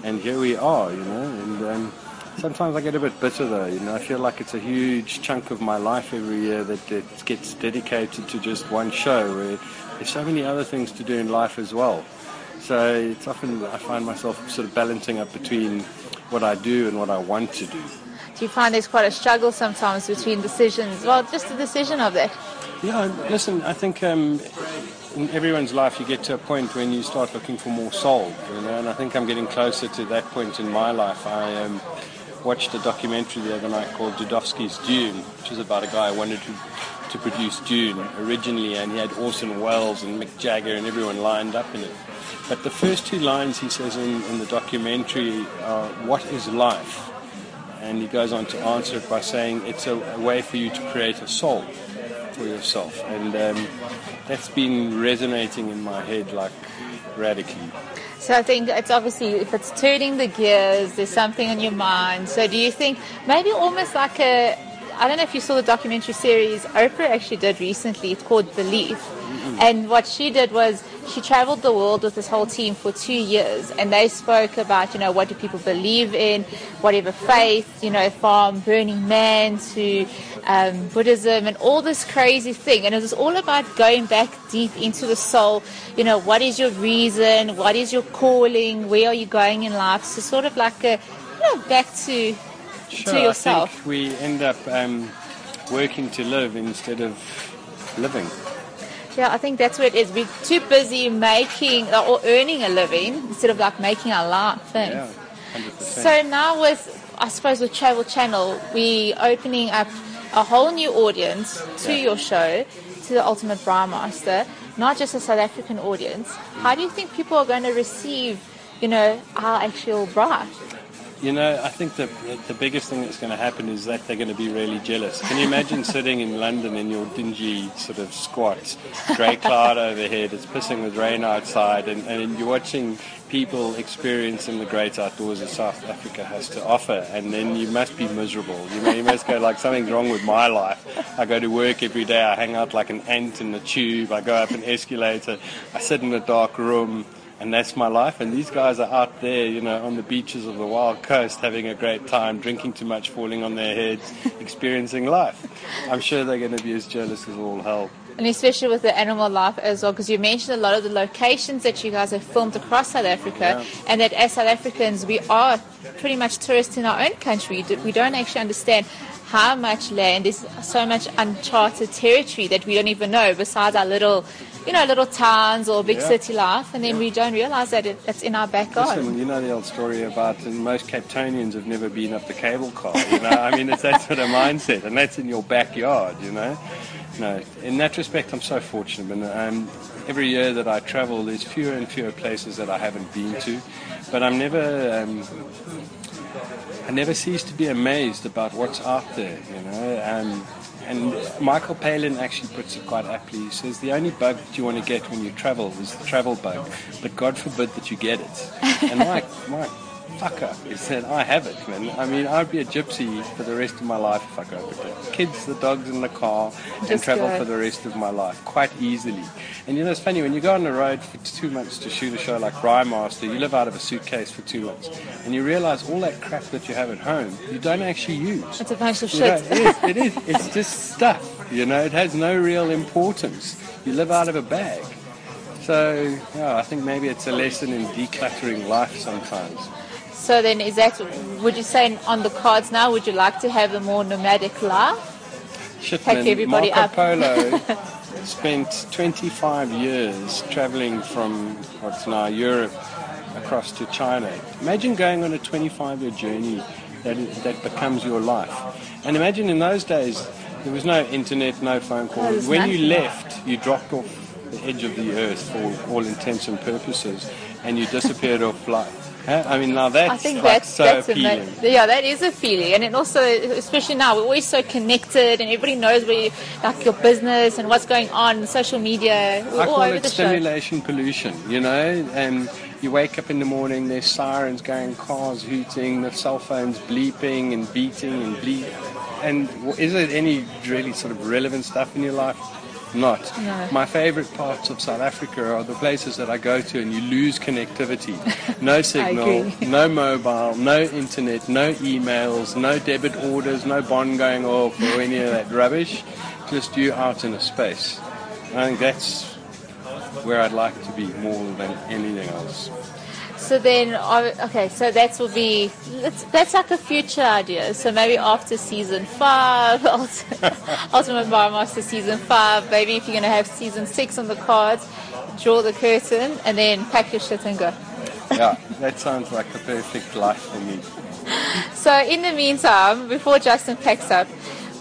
S11: And here we are, you know, and um, sometimes I get a bit bitter though. You know, I feel like it's a huge chunk of my life every year that, that gets dedicated to just one show where there's so many other things to do in life as well. So it's often I find myself sort of balancing up between what I do and what I want to do.
S2: Do you find there's quite a struggle sometimes between decisions? Well, just the decision of that.
S11: Yeah, listen, I think um, in everyone's life you get to a point when you start looking for more soul, you know, and I think I'm getting closer to that point in my life. I um, watched a documentary the other night called Dudovsky's Dune, which is about a guy who wanted to, to produce Dune originally, and he had Orson Welles and Mick Jagger and everyone lined up in it. But the first two lines he says in, in the documentary are, What is life? And he goes on to answer it by saying, It's a, a way for you to create a soul for yourself. And um, that's been resonating in my head like radically.
S2: So I think it's obviously if it's turning the gears, there's something in your mind. So do you think maybe almost like a I don't know if you saw the documentary series Oprah actually did recently. It's called Belief. And what she did was she traveled the world with this whole team for two years and they spoke about, you know, what do people believe in, whatever faith, you know, from Burning Man to um, Buddhism and all this crazy thing. And it was all about going back deep into the soul, you know, what is your reason, what is your calling, where are you going in life. So sort of like a, you know, back to, to
S11: I
S2: yourself.
S11: think we end up um, working to live instead of living.
S2: Yeah, I think that's what it is. We're too busy making uh, or earning a living instead of like making our life things.
S11: Yeah, 100%.
S2: (laughs) So now with, I suppose with Travel Channel, we opening up a whole new audience to
S11: Yeah.
S2: your show, to the Ultimate Brahmaster, not just a South African audience. How do you think people are going to receive, you know, our actual bra?
S11: You know, I think the, the biggest thing that's going to happen is that they're going to be really jealous. Can you imagine sitting in London in your dingy sort of squat, grey cloud overhead, it's pissing with rain outside, and, and you're watching people experiencing the great outdoors that South Africa has to offer, and then you must be miserable. You, know, you must go like, something's wrong with my life. I go to work every day, I hang out like an ant in the tube, I go up an escalator, I sit in a dark room, and that's my life. And these guys are out there, you know, on the beaches of the wild coast, having a great time, drinking too much, falling on their heads, experiencing life. I'm sure they're going to be as jealous as all hell.
S2: And especially with the animal life as well, because you mentioned a lot of the locations that you guys have filmed across South Africa, and that as South Africans, we are pretty much tourists in our own country. D- We don't actually understand how much land is so much uncharted territory that we don't even know, besides our little, you know, little towns or big
S11: Yeah.
S2: city life, and then we don't realize that it, it's in our backyard.
S11: Listen, you know the old story about and most Capetonians have never been up the cable car. You know, I mean, it's that sort of mindset, and that's in your backyard. You know, no. In that respect, I'm so fortunate. And um, every year that I travel, there's fewer and fewer places that I haven't been to. But I'm never um, I never cease to be amazed about what's out there, you know. Um, and Michael Palin actually puts it quite aptly. He says, The only bug that you want to get when you travel is the travel bug, but God forbid that you get it.
S12: (laughs)
S11: And my, my fuck up is that I have it, man. I mean, I'd be a gypsy for the rest of my life if I go with the kids, the dogs, and the car and
S2: Just
S11: travel
S2: do it.
S11: for the rest of my life quite easily. And you know, it's funny when you go on the road for two months to shoot a show like Brian Master, you live out of a suitcase for two months, and you realize all that crap that you have at home you don't actually use.
S2: It's a bunch of
S11: You know,
S2: Oh, shit.
S11: it is. It is. It's just stuff. You know, it has no real importance. You live out of a bag. So, yeah, I think maybe it's a lesson in decluttering life sometimes.
S2: (laughs) So then, is that would you say on the cards now? Would you like to have a more nomadic life?
S11: Shipman,
S2: Pack everybody
S11: Marco
S2: up.
S11: Polo spent 25 years traveling from what's now Europe across to China. Imagine going on a 25 year journey that, that becomes your life. And imagine in those days, there was no internet, no phone calls.
S2: there's
S11: when you
S2: nothing.
S11: left, you dropped off the edge of the earth for all intents and purposes and you disappeared off life. Huh? I mean, now that's,
S13: I think
S11: like,
S13: that's
S11: so
S13: that's
S11: appealing.
S13: amazing. Yeah, that is a feeling, and it also, especially now, we're always so connected, and everybody knows where, you, like your business and what's going on, social media, we're
S11: I
S13: all
S11: call
S13: over
S11: it
S13: the show.
S11: stimulation pollution, you know? And you wake up in the morning, there's sirens going, cars hooting, the cell phones bleeping and beating and bleep. And w- is it any really sort of relevant stuff in your life? Not.
S13: No.
S11: My favorite parts of South Africa are the places that I go to and you lose connectivity. No signal,
S13: agree.
S11: no mobile, no internet, no emails, no debit orders, no bond going off or any of that rubbish. Just you out in a space. I think that's where I'd like to be more than anything else.
S13: So then, uh, okay, so that will be that's, that's like a future idea. So maybe after season five, (laughs) Ultimate (laughs) Ultimate Bar Master season five, maybe if you're gonna have season six on the cards, draw the curtain and then pack your shit and go.
S11: Yeah, that sounds like the perfect life for me.
S13: So in the meantime, before Justin packs up,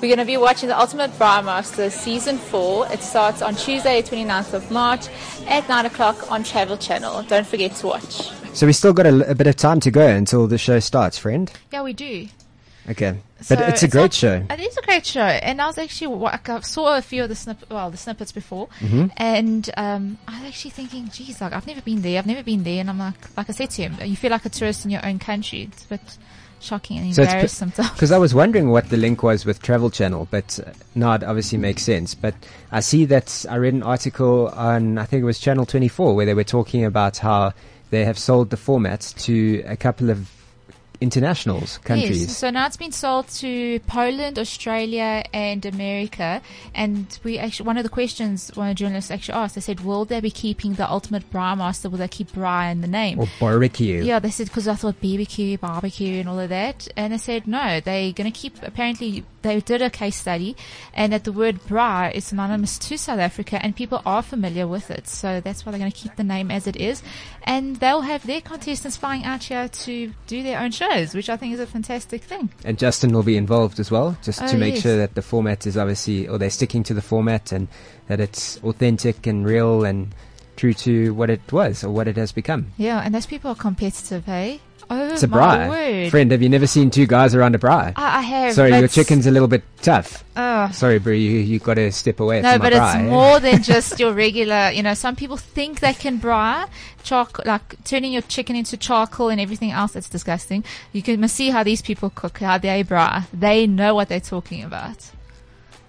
S13: we're going to be watching the Ultimate Bra Master season four. It starts on Tuesday, 29th of March, at nine o'clock on Travel Channel. Don't forget to watch.
S3: So we still got a, l- a bit of time to go until the show starts, friend.
S2: Yeah, we do.
S3: Okay,
S2: So
S3: but it's a great
S2: not-
S3: show.
S2: It is a great show, and I was actually wa- like, I saw a few of the snip, well, the snippets before,
S3: Mhm.
S2: and um, I was actually thinking, geez, like I've never been there, I've never been there, and I'm like, like I said to him, you feel like a tourist in your own country. It's a bit shocking and embarrassed sometimes.
S3: because I was wondering what the link was with Travel Channel, but uh, no, it obviously makes sense. But I see that I read an article on I think it was Channel 24 where they were talking about how they have sold the format to a couple of internationals countries.
S2: Yes, so now it's been sold to Poland, Australia, and America. And we actually, one of the questions one of the journalists actually asked, they said, will they be keeping the ultimate bra master? Will they keep bra in the name?
S3: Or barbecue.
S2: Yeah, they said because I thought BBQ, barbecue, and all of that, and they said no, they're going to keep. Apparently, they did a case study, and that the word bra is synonymous to South Africa, and people are familiar with it, so that's why they're going to keep the name as it is, and they'll have their contestants flying out here to do their own shows, which I think is a fantastic thing.
S3: And Justin will be involved as well, just
S2: Oh,
S3: to make
S2: yes.
S3: sure that the format is obviously, or they're sticking to the format and that it's authentic and real and true to what it was or what it has become.
S2: Yeah, and those people are competitive, hey? Oh
S3: It's a
S2: my
S3: bra.
S2: word!
S3: Friend, have you never seen two guys around a bra?
S2: I, I have. Oh,
S3: Sorry,
S2: but
S3: your
S2: it's-
S3: chicken's a little bit tough.
S2: Ugh.
S3: Sorry, bro, you you got to step away
S2: No,
S3: from my
S2: but
S3: bra.
S2: it's
S3: eh? (laughs)
S2: more than just your regular. You know, some people think they can bra charcoal, like turning your chicken into charcoal and everything else. That's disgusting. You can must see how these people cook, how they bra. They know what they're talking about.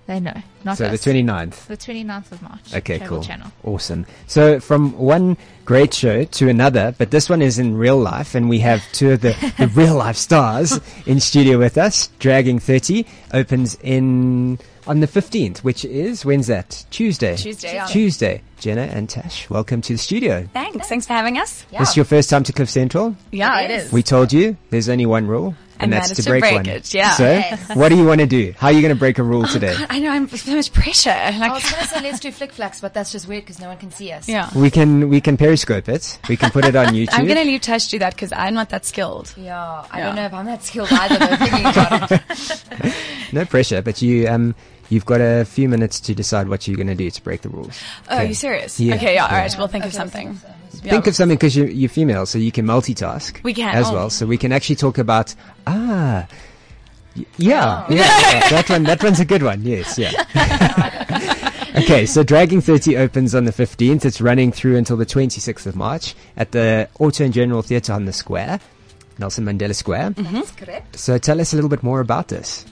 S2: They know. Not
S3: So the
S2: us.
S3: 29th.
S2: The 29th of March.
S3: Okay,
S2: Travel
S3: cool.
S2: Channel.
S3: Awesome. So from one great show to another, but this one is in real life, and we have two of the, the
S2: (laughs)
S3: real life stars in studio with us. Dragging 30 opens in on the 15th, which is, when's that? Tuesday.
S14: Tuesday, yeah.
S3: Tuesday. Jenna and Tash, welcome to the studio.
S14: Thanks. Thanks for having us.
S3: This is your first time to Cliff Central?
S14: yeah, it is.
S3: We told you there's only one rule, and,
S14: And
S3: that's
S14: that
S3: to
S14: is to
S3: break,
S14: break
S3: one.
S14: it, yeah.
S3: So,
S14: Yes. Oh,
S3: what do you want to do? How are you going to break a
S7: oh,
S3: rule today?
S14: God, I know I'm so much pressure. Like,
S7: I was going to say
S14: (laughs)
S7: let's do flick flacks, but that's just weird because no one can see us.
S14: yeah.
S3: We can we can periscope it. We can put it on YouTube.
S14: (laughs) I'm going to leave Tash do that because I'm not that skilled.
S7: Yeah, I
S14: Yeah. Oh,
S7: don't know if I'm that skilled either. But thinking
S3: (laughs)
S7: about it.
S3: No pressure, but you um you've got a few minutes to decide what you're going to do to break the rules.
S14: Oh, are
S3: Okay.
S14: you serious?
S3: Yeah.
S14: Okay, yeah, all
S3: yeah.
S14: right. We'll think of something. Yeah.
S3: Think of something because you're, you're female, so you can multitask.
S14: We can,
S3: as
S14: oh.
S3: well, so we can actually talk about ah. y- Yeah,
S14: Oh.
S3: yeah, yeah, that one. That one's a good one. Yes, yeah. (laughs) okay, so Dragging Thirty opens on the fifteenth. It's running through until the twenty sixth of March at the Auto and General Theatre on the Square, Nelson Mandela Square.
S14: That's correct.
S3: So tell us a little bit more about this.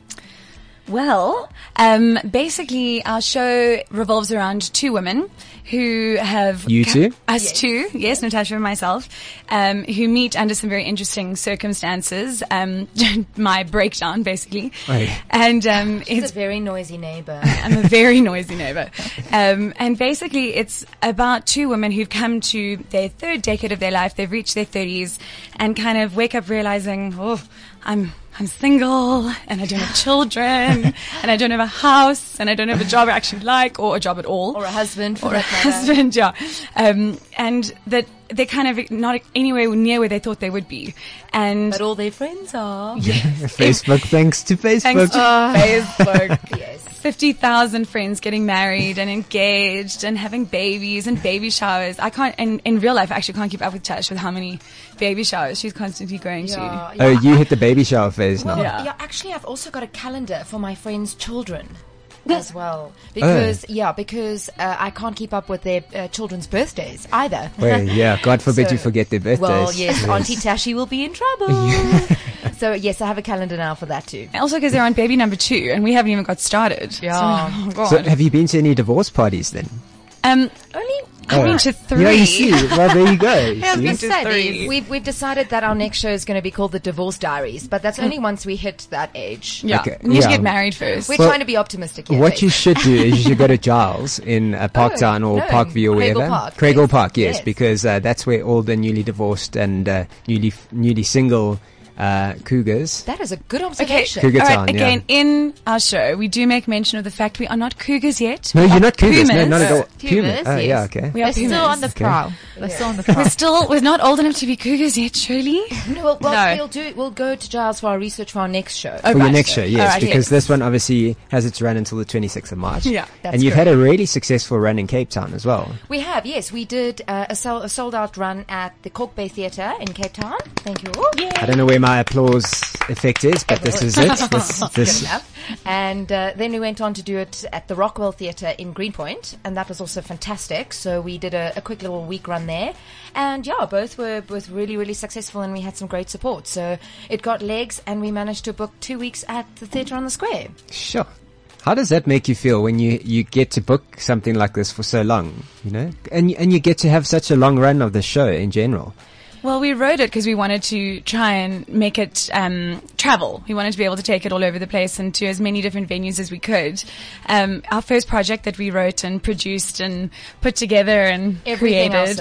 S14: Well, um, basically, our show revolves around two women who have
S3: You two?
S14: us two, yes, Natasha and myself, um, who meet under some very interesting circumstances. Um, (laughs) my breakdown, basically,
S7: Aye.
S14: and um,
S7: It's a very noisy neighbor.
S14: (laughs) I'm a very noisy neighbor. Um, and basically, it's about two women who've come to their third decade of their life. They've reached their 30s and kind of wake up realizing, oh, I'm. I'm single and I don't have
S7: (laughs)
S14: children and I don't have a house and I don't have a job I actually like or a job at all. Or a husband or
S7: for
S14: a
S7: that matter.
S14: husband, yeah. Um, and that they're kind of not anywhere near where they thought they would be. And
S7: But all their friends are.
S3: (laughs)
S14: (laughs)
S3: Facebook, thanks to Facebook.
S14: Thanks to Facebook.
S7: yes.
S14: 50,000 friends getting married and engaged and having babies and baby showers. I can't, in, in real life, I actually can't keep up with Tash with how many baby showers she's constantly going
S7: Yeah.
S3: (laughs)
S14: to.
S3: Oh, you hit the baby shower phase now.
S7: Well, yeah. Actually, I've also got a calendar for my friends' children as well
S3: Oh.
S7: because yeah because uh, I can't keep up with their uh, children's birthdays either.
S3: (laughs) Well, yeah, God forbid
S7: So-
S3: you forget their birthdays.
S7: Well,
S3: (laughs)
S7: yes,
S3: Yes.
S7: Auntie Tashi will be in trouble.
S3: (laughs)
S7: so yes, I have a calendar now for that too.
S14: Also, because they're on baby number two and we haven't even got started. Yeah. (laughs) oh, God.
S3: So, have you been to any divorce parties then?
S14: um, only I've been to three.
S3: Yeah, you see. Well, there
S7: (laughs)
S3: you go.
S7: I was
S3: see?
S7: going to say, we've, we've decided that our next show is going to be called The Divorce Diaries, but that's only once we hit that age.
S3: Yeah. Okay, We need to yeah. get married first.
S7: We're
S3: Well,
S7: trying to be optimistic here.
S3: What you should do is you should go to Giles in uh, Parktown or
S7: Oh, no,
S3: Parkview or
S7: Craigle
S3: wherever.
S7: Park,
S3: Craigle
S7: yes,
S3: Park, yes,
S7: yes.
S3: because uh, that's where all the newly divorced and uh, newly newly single uh, cougars.
S7: That is a good observation.
S3: Cougar
S14: All right,
S3: Town, yeah.
S14: again, in our show, we do make mention of the fact we are not cougars yet.
S3: No,
S14: We
S3: you're
S14: are
S3: not cougars. No,
S14: Pumas.
S3: not at all. Pumas, Pumas, oh, yeah, yes. okay.
S14: We are
S2: They're still
S14: pumas.
S2: on the Okay. prowl. They're
S3: (laughs)
S2: still on the prowl.
S14: We're still, we're not old enough to be cougars yet, surely.
S7: (laughs) No, well, well
S14: No.
S7: we'll do. We'll go to Giles for our research for our next show.
S3: For your next show, yes, because this one obviously has its run until the 26th of March.
S7: Yeah. That's
S3: and you've had
S7: correct.
S3: a really successful run in Cape Town as well.
S7: We have, yes. We did uh, a, sol- a sold out run at the Cork Bay Theatre in Cape Town. Thank you all.
S3: I don't know where my applause effect is, but this is
S7: (laughs)
S3: it. This,
S7: Good
S3: this,
S7: enough. And uh, then we went on to do it at the Rockwell Theatre in Greenpoint, and that was also fantastic. So we did a, a quick little week run there, and yeah, both were both really really successful, and we had some great support. So it got legs, and we managed to book two weeks at the Theatre on the Square.
S3: Sure. How does that make you feel when you, you get to book something like this for so long, you know? And, you- and you get to have such a long run of the show in general.
S14: Well, we wrote it because we wanted to try and make it um, travel. We wanted to be able to take it all over the place and to as many different venues as we could. Um, our first project that we wrote and produced and put together and
S7: Everything
S14: created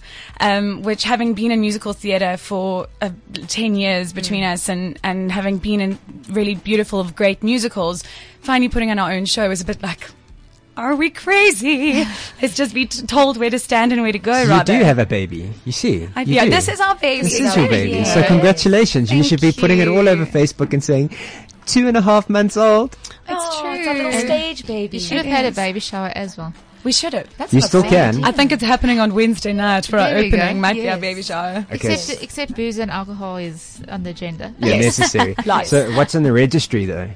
S14: ourselves, um, which having been in musical theatre for uh, 10 years between
S7: Mm.
S14: us and, and having been in really beautiful, great musicals, finally putting on our own show was a bit like, are we
S7: (laughs)
S14: crazy? Let's just be t- told where to stand and where to go,
S3: So you
S14: rather.
S3: do have a baby. You see.
S14: Oh, I
S3: you
S14: do.
S3: do.
S14: This is our baby.
S3: This is your baby. So
S14: Yeah.
S3: congratulations. you
S14: Thank
S3: should be putting it all over Facebook and saying, two and a half months
S14: (laughs)
S3: old.
S7: That's true. It's
S2: our
S7: a
S2: little
S7: little
S2: stage
S7: stage baby.
S2: Oh, You should have had a baby shower as well.
S14: We should have.
S7: That's
S3: You still can.
S14: I think it's happening on Wednesday night for our
S2: There we
S14: opening.
S2: go.
S14: Might be our
S2: Yes.
S14: baby shower.
S3: Okay.
S2: Except, except booze and alcohol is on the agenda.
S3: Yeah, (laughs)
S14: (laughs)
S3: necessary. So what's on the registry though?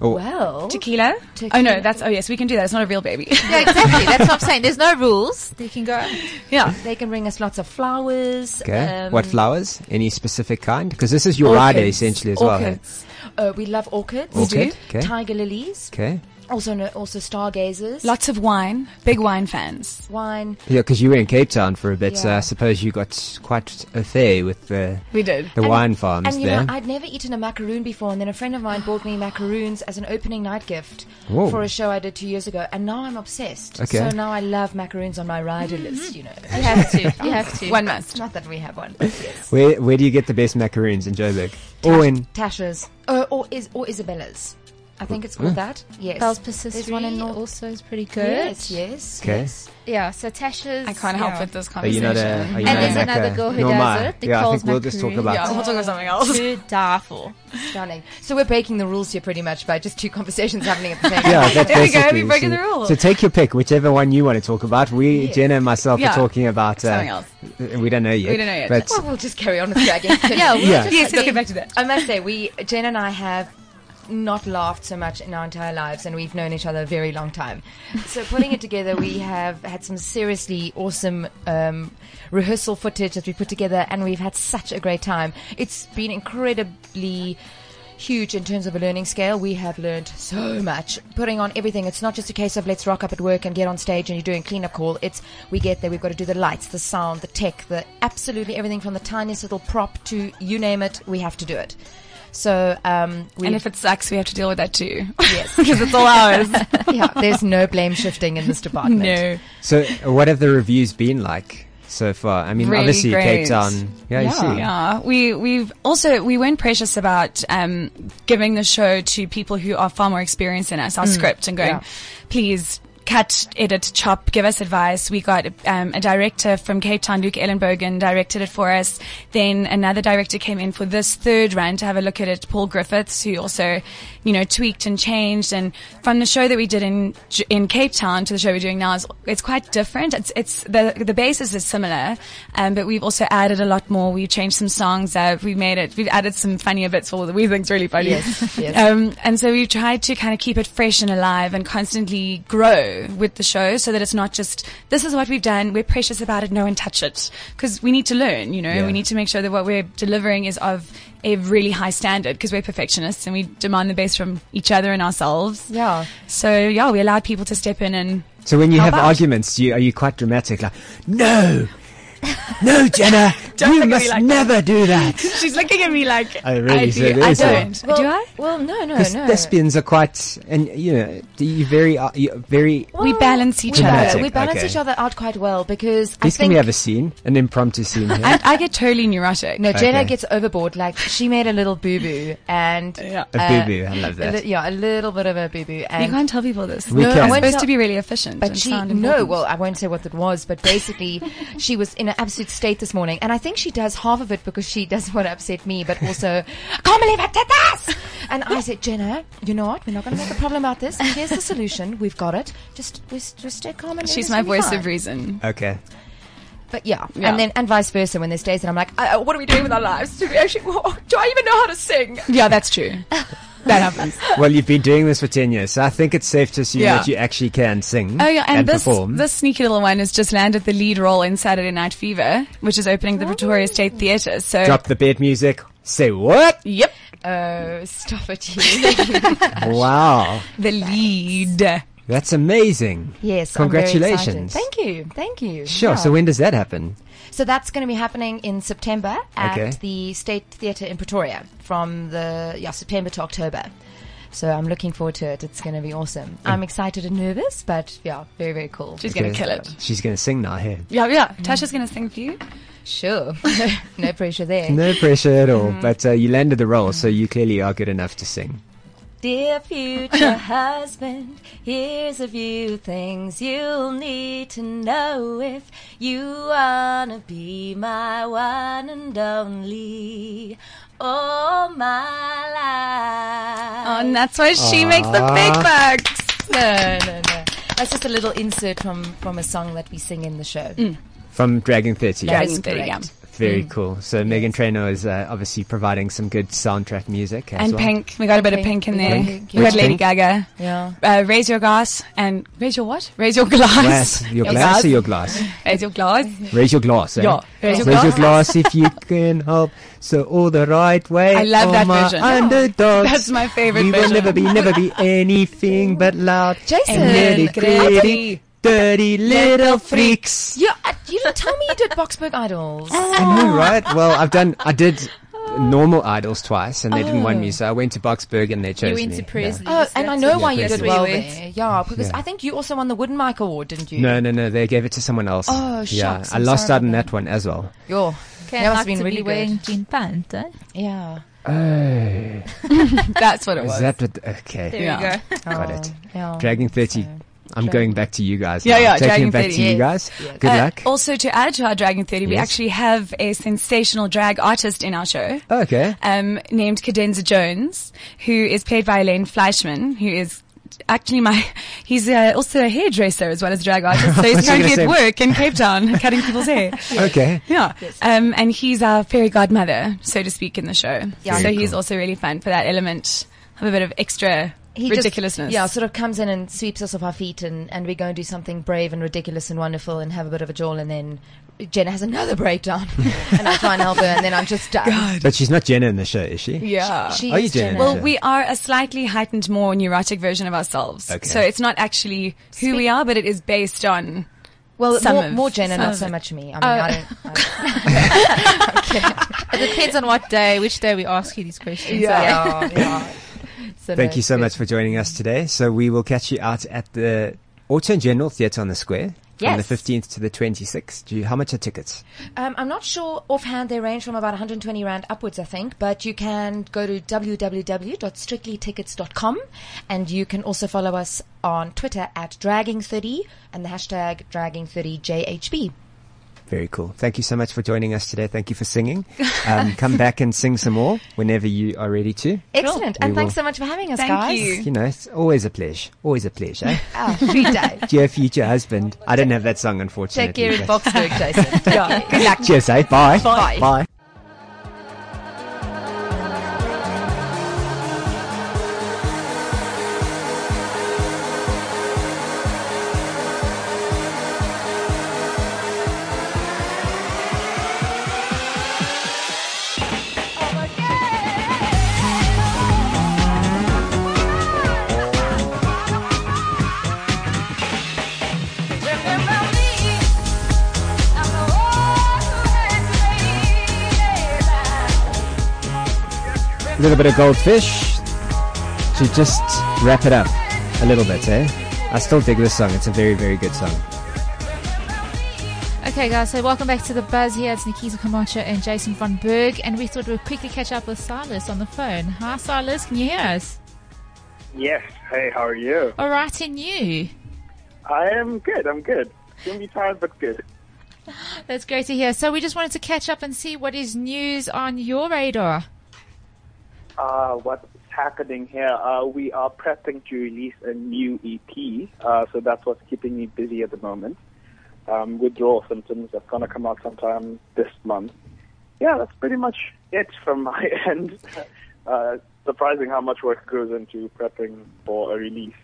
S3: Oh,
S7: Well,
S14: tequila? Oh no, that's oh yes, we can do that. It's not a real baby.
S2: Yeah, exactly. That's what I'm saying. There's no rules. They can go.
S14: Yeah.
S7: They can bring us lots of flowers.
S3: okay.
S7: um,
S3: what flowers? Any specific kind? Because this is your rider
S7: orchids.
S3: essentially as well. hey?
S7: orchids. Uh, we love orchids.
S3: We Orchid, do. okay.
S7: Tiger lilies.
S3: Okay.
S7: Also, no, also stargazers.
S14: Lots of wine. Big wine fans.
S7: Wine.
S3: Yeah, because you were in Cape Town for a bit, so
S7: Yeah.
S3: I suppose you got quite a fair with the
S14: We did.
S3: the
S7: And-
S3: wine farms
S7: And you
S3: there.
S7: know, I'd never eaten a macaroon before, and then a friend of mine bought me macaroons as an opening night gift
S3: Whoa.
S7: for a show I did two years ago, and now I'm obsessed.
S3: Okay.
S7: So now I love macaroons on my rider list. You know,
S2: You have to. You have
S7: (laughs)
S2: to.
S14: One must.
S7: Not that we have one. but yes.
S3: where where do you get the best macaroons in Joburg? Or in
S7: Tasha's uh, or is or Isabella's. I think it's called
S3: Mm.
S7: that. Yes.
S2: Bell's
S7: There's one in
S2: Patisserie
S7: North.
S2: also is pretty good.
S7: Yes. Yes.
S3: okay.
S2: Yeah, so Tasha's.
S14: I can't help
S2: yeah.
S14: with this
S3: Are you
S14: conversation.
S3: not a? Are you
S2: And
S3: not
S2: there's
S3: a maca-
S2: another girl who
S3: no,
S2: does
S3: ma.
S2: it, the
S3: yeah, I
S2: Coles
S3: think we'll just talk
S2: macaroon.
S3: about.
S14: Yeah, we'll talk about something else.
S2: To die for.
S7: Stunning. So we're breaking the rules here pretty much by just two conversations happening at the same
S14: (laughs)
S7: time.
S3: Yeah,
S7: (laughs)
S3: that's
S14: There we go,
S3: basically-
S14: we're breaking
S3: so-
S14: the rules.
S3: So take your pick, whichever one you want to talk about. We, Jenna and myself,
S14: Yeah.
S3: are talking about uh,
S14: Something else.
S3: We don't know yet.
S14: We don't know yet.
S3: But
S7: Well, we'll just carry on with dragging. (laughs) yeah,
S3: we'll Yeah. just-
S14: Yes, let's get back to that.
S7: I must say, we Jen and I have not laughed so much in our entire lives, and we've known each other a very long time. So putting it together, we have had some seriously awesome um, rehearsal footage that we put together, and we've had such a great time. It's been incredibly huge in terms of a learning scale. We have learned so much putting on everything. It's not just a case of let's rock up at work and get on stage and you're doing cleanup call. It's we get there, we've got to do the lights, the sound, the tech, the absolutely everything from the tiniest little prop to you name it, we have to do it. So, um, we,
S14: And if it sucks, we have to deal with that too. (laughs)
S7: Yes.
S14: because it's all ours.
S7: (laughs) yeah, there's no blame shifting in this department.
S14: no.
S3: so, what have the reviews been like so far? I mean,
S14: Really
S3: obviously Cape
S14: great.
S3: Town. Yeah, you see.
S14: Yeah. We we've also we weren't precious about um, giving the show to people who are far more experienced than us, our
S7: Mm.
S14: script, and going,
S7: Yeah.
S14: please cut, edit, chop, give us advice. We got um, a director from Cape Town, Luke Ellenbogen, directed it for us. Then another director came in for this third run to have a look at it, Paul Griffiths, who also, you know, tweaked and changed. And from the show that we did in J- in Cape Town to the show we're doing now, is it's quite different. It's it's the the basis is similar, um, but we've also added a lot more. We've changed some songs. Uh, we've made it. We've added some funnier bits for that we think's really funny.
S7: Yes, yes.
S14: Um, and so we've tried to kind of keep it fresh and alive and constantly grow with the show so that it's not just, this is what we've done. We're precious about it. No one touch it. Cause we need to learn, you know,
S12: Yeah.
S14: we need to make sure that what we're delivering is of a really high standard because we're perfectionists and we demand the best from each other and ourselves.
S7: Yeah.
S14: So yeah, we allowed people to step in and.
S3: So when you
S14: help
S3: have
S14: out.
S3: arguments, do you, are you quite dramatic? Like,
S14: (laughs)
S3: no, no, Jenna, you must never do that.
S14: (laughs) She's looking at me like
S3: Oh, really?
S14: I
S3: So
S14: do.
S3: there
S14: I
S3: is a-
S14: don't. do I?
S7: Well, no, Oh, no,
S3: Because thespians are quite, and you know, you very, uh, you very.
S14: we balance
S7: We
S3: each other.
S7: balance-
S3: Dramatic,
S7: We balance
S3: okay.
S7: each other out quite well because I
S3: Please, can
S7: think
S3: we have a scene, an impromptu
S7: (laughs)
S3: scene here?
S14: I, I get totally neurotic.
S7: No, Jenna
S3: Okay.
S7: gets overboard. Like she made a little boo boo
S14: (laughs)
S7: and
S3: A
S7: uh,
S3: boo-boo, I love that.
S7: a li- yeah, a little bit of a boo boo.
S14: You can't tell people this.
S3: We can.
S7: I
S3: It's
S7: won't
S14: supposed
S7: tell-
S14: to be really efficient.
S7: But
S14: and
S7: she
S14: sound
S7: no,
S14: important.
S7: well, I won't say what it was, but
S14: (laughs)
S7: basically she was in an absolute state this morning, and I think she does half of it because she doesn't want to upset me, but also I can't believe I did this. And I said, Jenna, you know what? We're not going to make a problem out this. Here's the solution. We've got it. Just just, just stay calm. And
S14: She's
S7: everything's
S14: my
S7: gonna be
S14: voice
S7: fine."
S14: of reason.
S3: Okay.
S7: But yeah.
S14: Yeah.
S7: and then and vice versa. When there's days that I'm like, uh, uh, what are we doing with our lives? Do we actually? Do I even know how to sing?
S14: (laughs) Yeah, that's true.
S7: (laughs)
S14: That happens.
S3: Well, you've been doing this for ten years, so I think it's safe to assume
S14: Yeah.
S3: that you actually can sing.
S14: Oh yeah, and, this
S3: perform.
S14: this sneaky little one has just landed the lead role in Saturday Night Fever, which is opening the
S7: Oh.
S14: Pretoria State Theatre. So
S3: Drop the bed music. Say what?
S14: Yep.
S7: Oh,
S14: (laughs)
S7: stop it, (laughs) you.
S3: Wow,
S14: the lead.
S3: that's amazing.
S7: yes. I'm very excited.
S3: congratulations.
S7: Thank you. Thank you.
S3: Sure.
S7: Yeah.
S3: So when does that happen?
S7: So that's going to be happening in September at
S3: Okay.
S7: the State Theatre in Pretoria from the yeah September to October. So I'm looking forward to it. It's going to be awesome. I'm excited and nervous, but yeah, very very cool. Mm.
S3: Okay. She's gonna sing now here.
S14: Yeah, yeah. Tasha's gonna sing for you.
S7: Sure. (laughs) no pressure there.
S3: No pressure at all.
S7: Mm.
S3: But uh, you landed the role, so you clearly are good enough to sing.
S15: Dear future
S7: (laughs)
S15: husband, here's a few things you'll need to know if you wanna be my one and only all my life.
S14: Oh, and that's why she makes the big
S7: Ah.
S14: bucks.
S7: No, no, no. That's just a little insert from from a song that we sing in the show.
S3: Mm. From Dragon 30.
S7: That is Dragon 30, correct.
S3: Very
S7: Mm.
S3: cool. So Megan Trainor is uh, obviously providing some good soundtrack music as
S14: And
S3: well.
S14: pink. We got a bit of
S7: Pink.
S14: pink in
S7: We got
S14: there.
S7: pink,
S14: We got
S3: yeah.
S14: Lady
S3: Pink.
S14: Gaga.
S7: Yeah.
S14: Uh, raise your glass and raise your what? Raise your glass.
S3: Glass. Your glass or your glass?
S14: Raise your glass.
S3: Raise your glass. Eh?
S14: Yeah, raise your
S3: raise your
S14: glass.
S3: glass if you can help. So all the right way.
S14: I love
S3: all
S14: that
S3: my
S14: version.
S3: Underdogs.
S14: (laughs) That's my favorite
S3: We will
S14: version.
S3: never be, never be anything but loud.
S7: Jason,
S3: and nitty
S7: I
S3: gritty, dirty little freaks.
S7: You uh, you didn't tell me you did Boxburg Idols.
S15: Uh,
S3: I know, right? Well, I've done. I did normal idols twice, and they didn't want
S14: Oh.
S3: me, so I went to Boxburg, and they chose
S7: went
S3: me.
S7: to
S3: Presley.
S7: Oh, and I know
S3: Yeah,
S7: why you
S3: Presley.
S7: did well
S3: Where you
S7: there. Yeah, because
S3: Yeah.
S7: I think you also won the Wooden Mic Award, didn't you?
S3: No, no, no. They gave it to someone else.
S7: Oh,
S3: yeah.
S7: shucks,
S3: I
S7: I'm
S3: lost
S7: sorry
S3: out on that one as well.
S7: Yo,
S2: Okay, I'd
S7: that must
S2: like
S7: have been
S2: to be
S7: really
S2: wearing
S7: good.
S2: jean pant, eh?
S7: Yeah.
S3: Oh,
S14: (laughs) That's what it
S3: is
S14: was.
S3: that what? Okay. (laughs)
S2: (laughs)
S14: There you Yeah. go.
S3: (laughs) Got
S14: Oh,
S3: it.
S14: yeah.
S3: Dragon thirty. I'm going back to you guys.
S14: Yeah,
S3: now.
S14: yeah,
S3: Taking
S14: Dragon
S3: it back
S14: 30,
S3: to
S14: yes.
S3: you guys.
S14: Yes.
S3: Good
S14: Uh,
S3: luck.
S14: Also, to add to our Dragon 30, we
S3: Yes.
S14: actually have a sensational drag artist in our show.
S3: Okay.
S14: Um, named Cadenza Jones, who is played by Elaine Fleischman, who is actually my, (laughs) he's uh, also a hairdresser as well as a drag artist. So
S3: I
S7: (laughs)
S14: he's
S3: was gonna
S14: currently
S3: say-
S14: at work in Cape Town (laughs) cutting people's hair.
S3: Okay.
S14: Yeah. Um, and he's our fairy godmother, so to speak, in the show.
S7: Yeah.
S14: So
S7: Very
S14: he's
S7: cool.
S14: also really fun for that element of a bit of extra
S7: just-
S14: ridiculousness.
S7: yeah, sort of comes in and sweeps us off our feet, and, and we go and do something brave and ridiculous and wonderful and have a bit of a jaw, and then Jenna has another (laughs) breakdown, and I try and help her, and then I'm just done.
S3: But she's not Jenna in the show, is she?
S14: Yeah.
S3: She- she Are you is Jenna? Jenna?
S14: Well, we are a slightly heightened, more neurotic version of ourselves.
S3: Okay.
S14: So it's not actually who we are, but it is based on.
S7: Well,
S14: some
S7: more,
S14: of-
S7: more Jenna,
S14: some
S7: not
S14: of
S7: so
S14: it.
S7: much me. I mean,
S14: Oh.
S7: I don't. (laughs)
S2: It depends on what day, which day we ask you these questions. eh?
S14: Oh,
S7: Yeah.
S2: (laughs)
S7: yeah.
S3: Thank you so much for joining us today. So we will catch you out at the Auto and General Theatre on the Square. From the
S7: Yes.
S3: 15th to the 26th. Do you, how much are tickets?
S7: Um, I'm not sure offhand. They range from about 120 rand upwards, I think. But you can go to www.strictlytickets.com, and you can also follow us on Twitter at dragging30 and the hashtag dragging30jhb.
S3: Very cool. Thank you so much for joining us today. Thank you for singing. Um,
S7: (laughs)
S3: come back and sing some more whenever you are ready to.
S7: Excellent,
S3: We
S7: and thanks
S3: will-
S7: so much for having us,
S15: Thank
S7: guys.
S3: You know, it's always a pleasure. Always a
S7: (laughs)
S3: pleasure.
S7: Oh, free day.
S3: Dear future husband. I don't have that song, unfortunately.
S7: Take care in
S3: but- (laughs)
S7: Boxburg, Jason. (laughs) yeah. Good luck.
S3: Cheers, eh? Bye.
S7: Bye.
S3: Bye. A little bit of goldfish to just wrap it up a little bit, eh? I still dig this song. It's a very, very good song.
S2: Okay, guys, so welcome back to the buzz here. It's Nikita Camacho and Jason von Berg, and we thought we'd quickly catch up with Silas on the phone. Hi, Silas, can you hear us?
S12: Yes. Hey, how are you?
S2: All right, and you?
S12: I am good. I'm good. Gonna be tired, but good.
S2: That's great to hear. So we just wanted to catch up and see what is news on your radar.
S12: Uh, what's happening here? Uh, we are prepping to release a new EP, uh, so that's what's keeping me busy at the moment. Um, withdrawal symptoms that's gonna come out sometime this month. Yeah, that's pretty much it from (laughs) my end. Uh, surprising how much work goes into prepping for a release.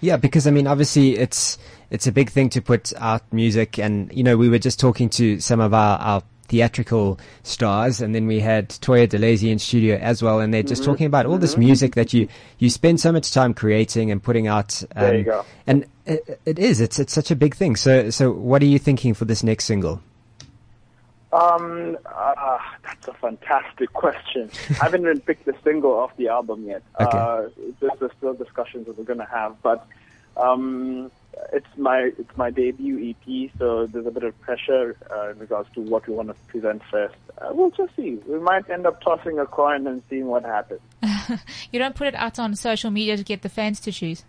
S3: Yeah, because I mean, obviously, it's it's a big thing to put out music, and you know, we were just talking to some of our, our theatrical stars, and then we had Toya DeLazy in studio as well, and they're just
S12: Mm-hmm.
S16: Mhm.
S3: talking about all this
S16: Mhm.
S3: music that you you spend so much time creating and putting out. Um,
S12: There you go.
S3: And it, it is it's it's such a big thing. So so, what are you thinking for this next single?
S12: Um, uh, that's a fantastic (laughs) question. I haven't even picked the single off the album yet.
S3: Okay.
S12: Uh, there's, there's still discussions that we're gonna have, but um, it's my it's my debut EP, so there's a bit of pressure uh, in regards to what we want to present first. Uh, we'll just see. We might end up tossing a coin and seeing what happens.
S2: You don't put it out on social media to get the fans
S3: (laughs)
S2: to choose.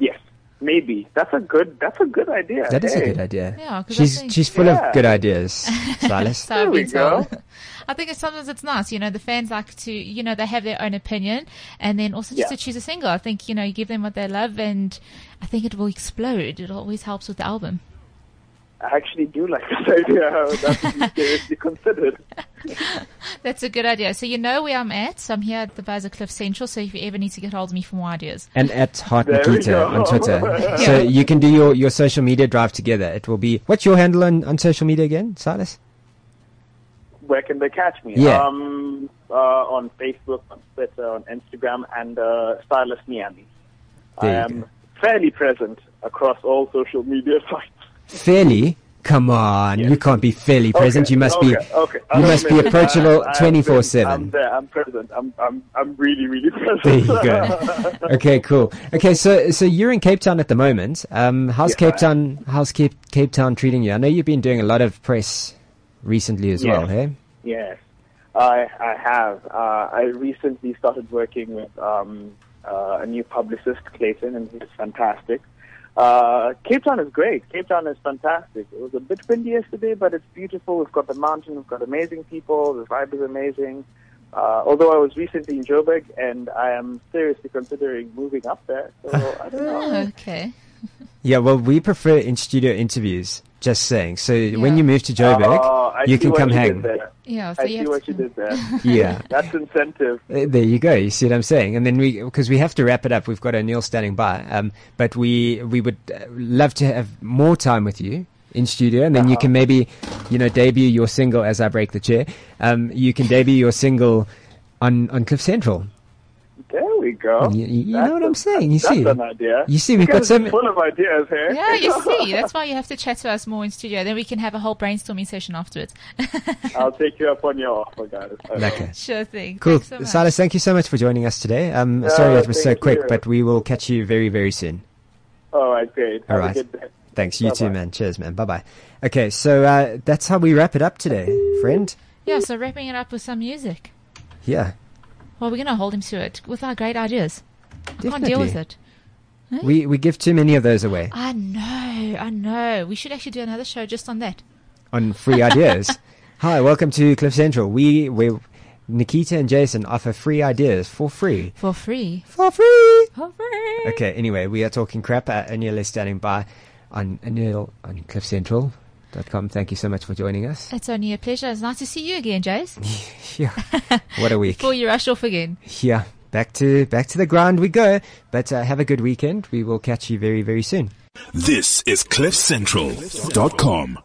S12: Yes, maybe. That's a good. That's a good idea.
S3: That is a
S12: Hey.
S3: good idea.
S2: Yeah, 'cause I
S3: she's
S2: think-
S3: she's full
S12: Yeah.
S3: of good ideas, Silas.
S2: (laughs) So There I've we been told. I think it's, sometimes it's nice, you know, the fans like to, you know, they have their own opinion and then also just
S12: Yeah.
S2: to choose a single. I think, you know, you give them what they love and I think it will explode. It always helps with the album.
S12: I actually do like this (laughs) idea. That would be seriously considered.
S2: That's a good idea. So you know where I'm at. So I'm here at the Buzzer Cliff Central. So if you ever need to get hold of me for more ideas.
S3: And at Heart
S2: There we
S3: Nikita
S2: go.
S3: on Twitter.
S12: (laughs)
S2: Yeah.
S3: So you can do your, your social media drive together. It will be, what's your handle on, on social media again, Silas?
S12: where can they catch me?
S3: Yeah.
S12: Um, uh, on Facebook, on Twitter, on Instagram, and uh, Stylus Miami. I
S3: There you
S12: am fairly present across all social media (laughs) sites.
S3: Fairly? Come on. You can't be fairly present.
S12: Okay,
S3: you must
S12: okay,
S3: be,
S12: okay. I
S3: you
S12: don't
S3: must be
S12: admit it.
S3: approachable
S12: I- I'm
S3: 24
S12: I'm
S3: 7.
S12: there. I'm present. I'm, I'm, I'm really, really (laughs) present.
S3: There you
S12: (laughs)
S3: go. Okay, cool. Okay, so, so you're in Cape Town at the moment. Um, how's
S12: Yeah.
S3: Cape Town, how's Cape, Cape Town treating you? I know you've been doing a lot of press recently as
S12: Yeah.
S3: well, hey?
S12: Yes, I I have. Uh, I recently started working with um, uh, a new publicist, Clayton, and he's fantastic. Uh, Cape Town is great. Cape Town is fantastic. It was a bit windy yesterday, but it's beautiful. We've got the mountain. We've got amazing people. The vibe is amazing. Uh, although I was recently in Joburg, and I am seriously considering moving up there. So I don't
S2: (laughs)
S12: know.
S2: Oh, okay.
S3: Yeah, well, we prefer in studio interviews. Just saying. So when you move to Joburg,
S12: Oh, I
S3: you
S12: see
S3: can
S12: what
S3: come
S12: you
S3: hang.
S12: Did there.
S2: Yeah, so
S12: I
S2: you
S12: see
S2: have
S12: what you did there.
S3: (laughs) Yeah.
S12: that's incentive.
S3: Uh, There you go. You see what I'm saying? And then we, because we have to wrap it up. We've got O'Neill standing by. Um, but we we would uh, love to have more time with you in studio, and then
S12: Uh-huh.
S3: you can maybe, you know, debut your single as I break the chair. Um, you can debut your single on on Cliff Central.
S12: There we go.
S3: You, you- you
S12: That's
S3: know what
S12: a-
S3: I'm saying? You
S12: that's
S3: see?
S12: an idea.
S3: You see, we've got
S12: guys
S3: so
S12: are
S3: many.
S12: full of ideas here.
S2: Yeah, you
S3: (laughs)
S12: (laughs)
S2: see, that's why you have to chat to us more in studio. Then we can have a whole brainstorming session afterwards.
S12: I'll take you up on your offer, guys.
S3: Okay.
S2: sure thing.
S3: Cool,
S2: Thanks so much.
S3: Silas. Thank you so much for joining us today. Um,
S12: No,
S3: sorry it was so
S12: thank
S3: quick,
S12: you.
S3: but we will catch you very very soon.
S12: All right, great.
S3: All
S12: Have a
S3: right.
S12: good day.
S3: Thanks. You too, man. Cheers, man. Bye bye. Okay, so uh, that's how we wrap it up today, friend.
S2: Yeah, so wrapping it up with some music.
S3: Yeah.
S2: Well, we're going to hold him to it with our great ideas. I can't deal with it. Eh?
S3: We, we give too many of those away
S2: I know, I know. We should actually do another show just on that.
S3: on free ideas. Hi, welcome to Cliff Central. We, we, Nikita and Jason offer free ideas for free.
S2: For free.
S3: For free.
S2: For free.
S3: Okay, anyway, we are talking crap. Uh, Anil is standing by on Anil on cliffcentral.com. Thank you so much for joining us.
S2: It's only a pleasure. It's nice to see you again, Jace.
S3: (laughs) Yeah. What a week.
S2: Before you rush off again.
S3: Yeah. Back to back to the ground we go. But uh, have a good weekend. We will catch you very very soon.
S1: This is CliffCentral.com.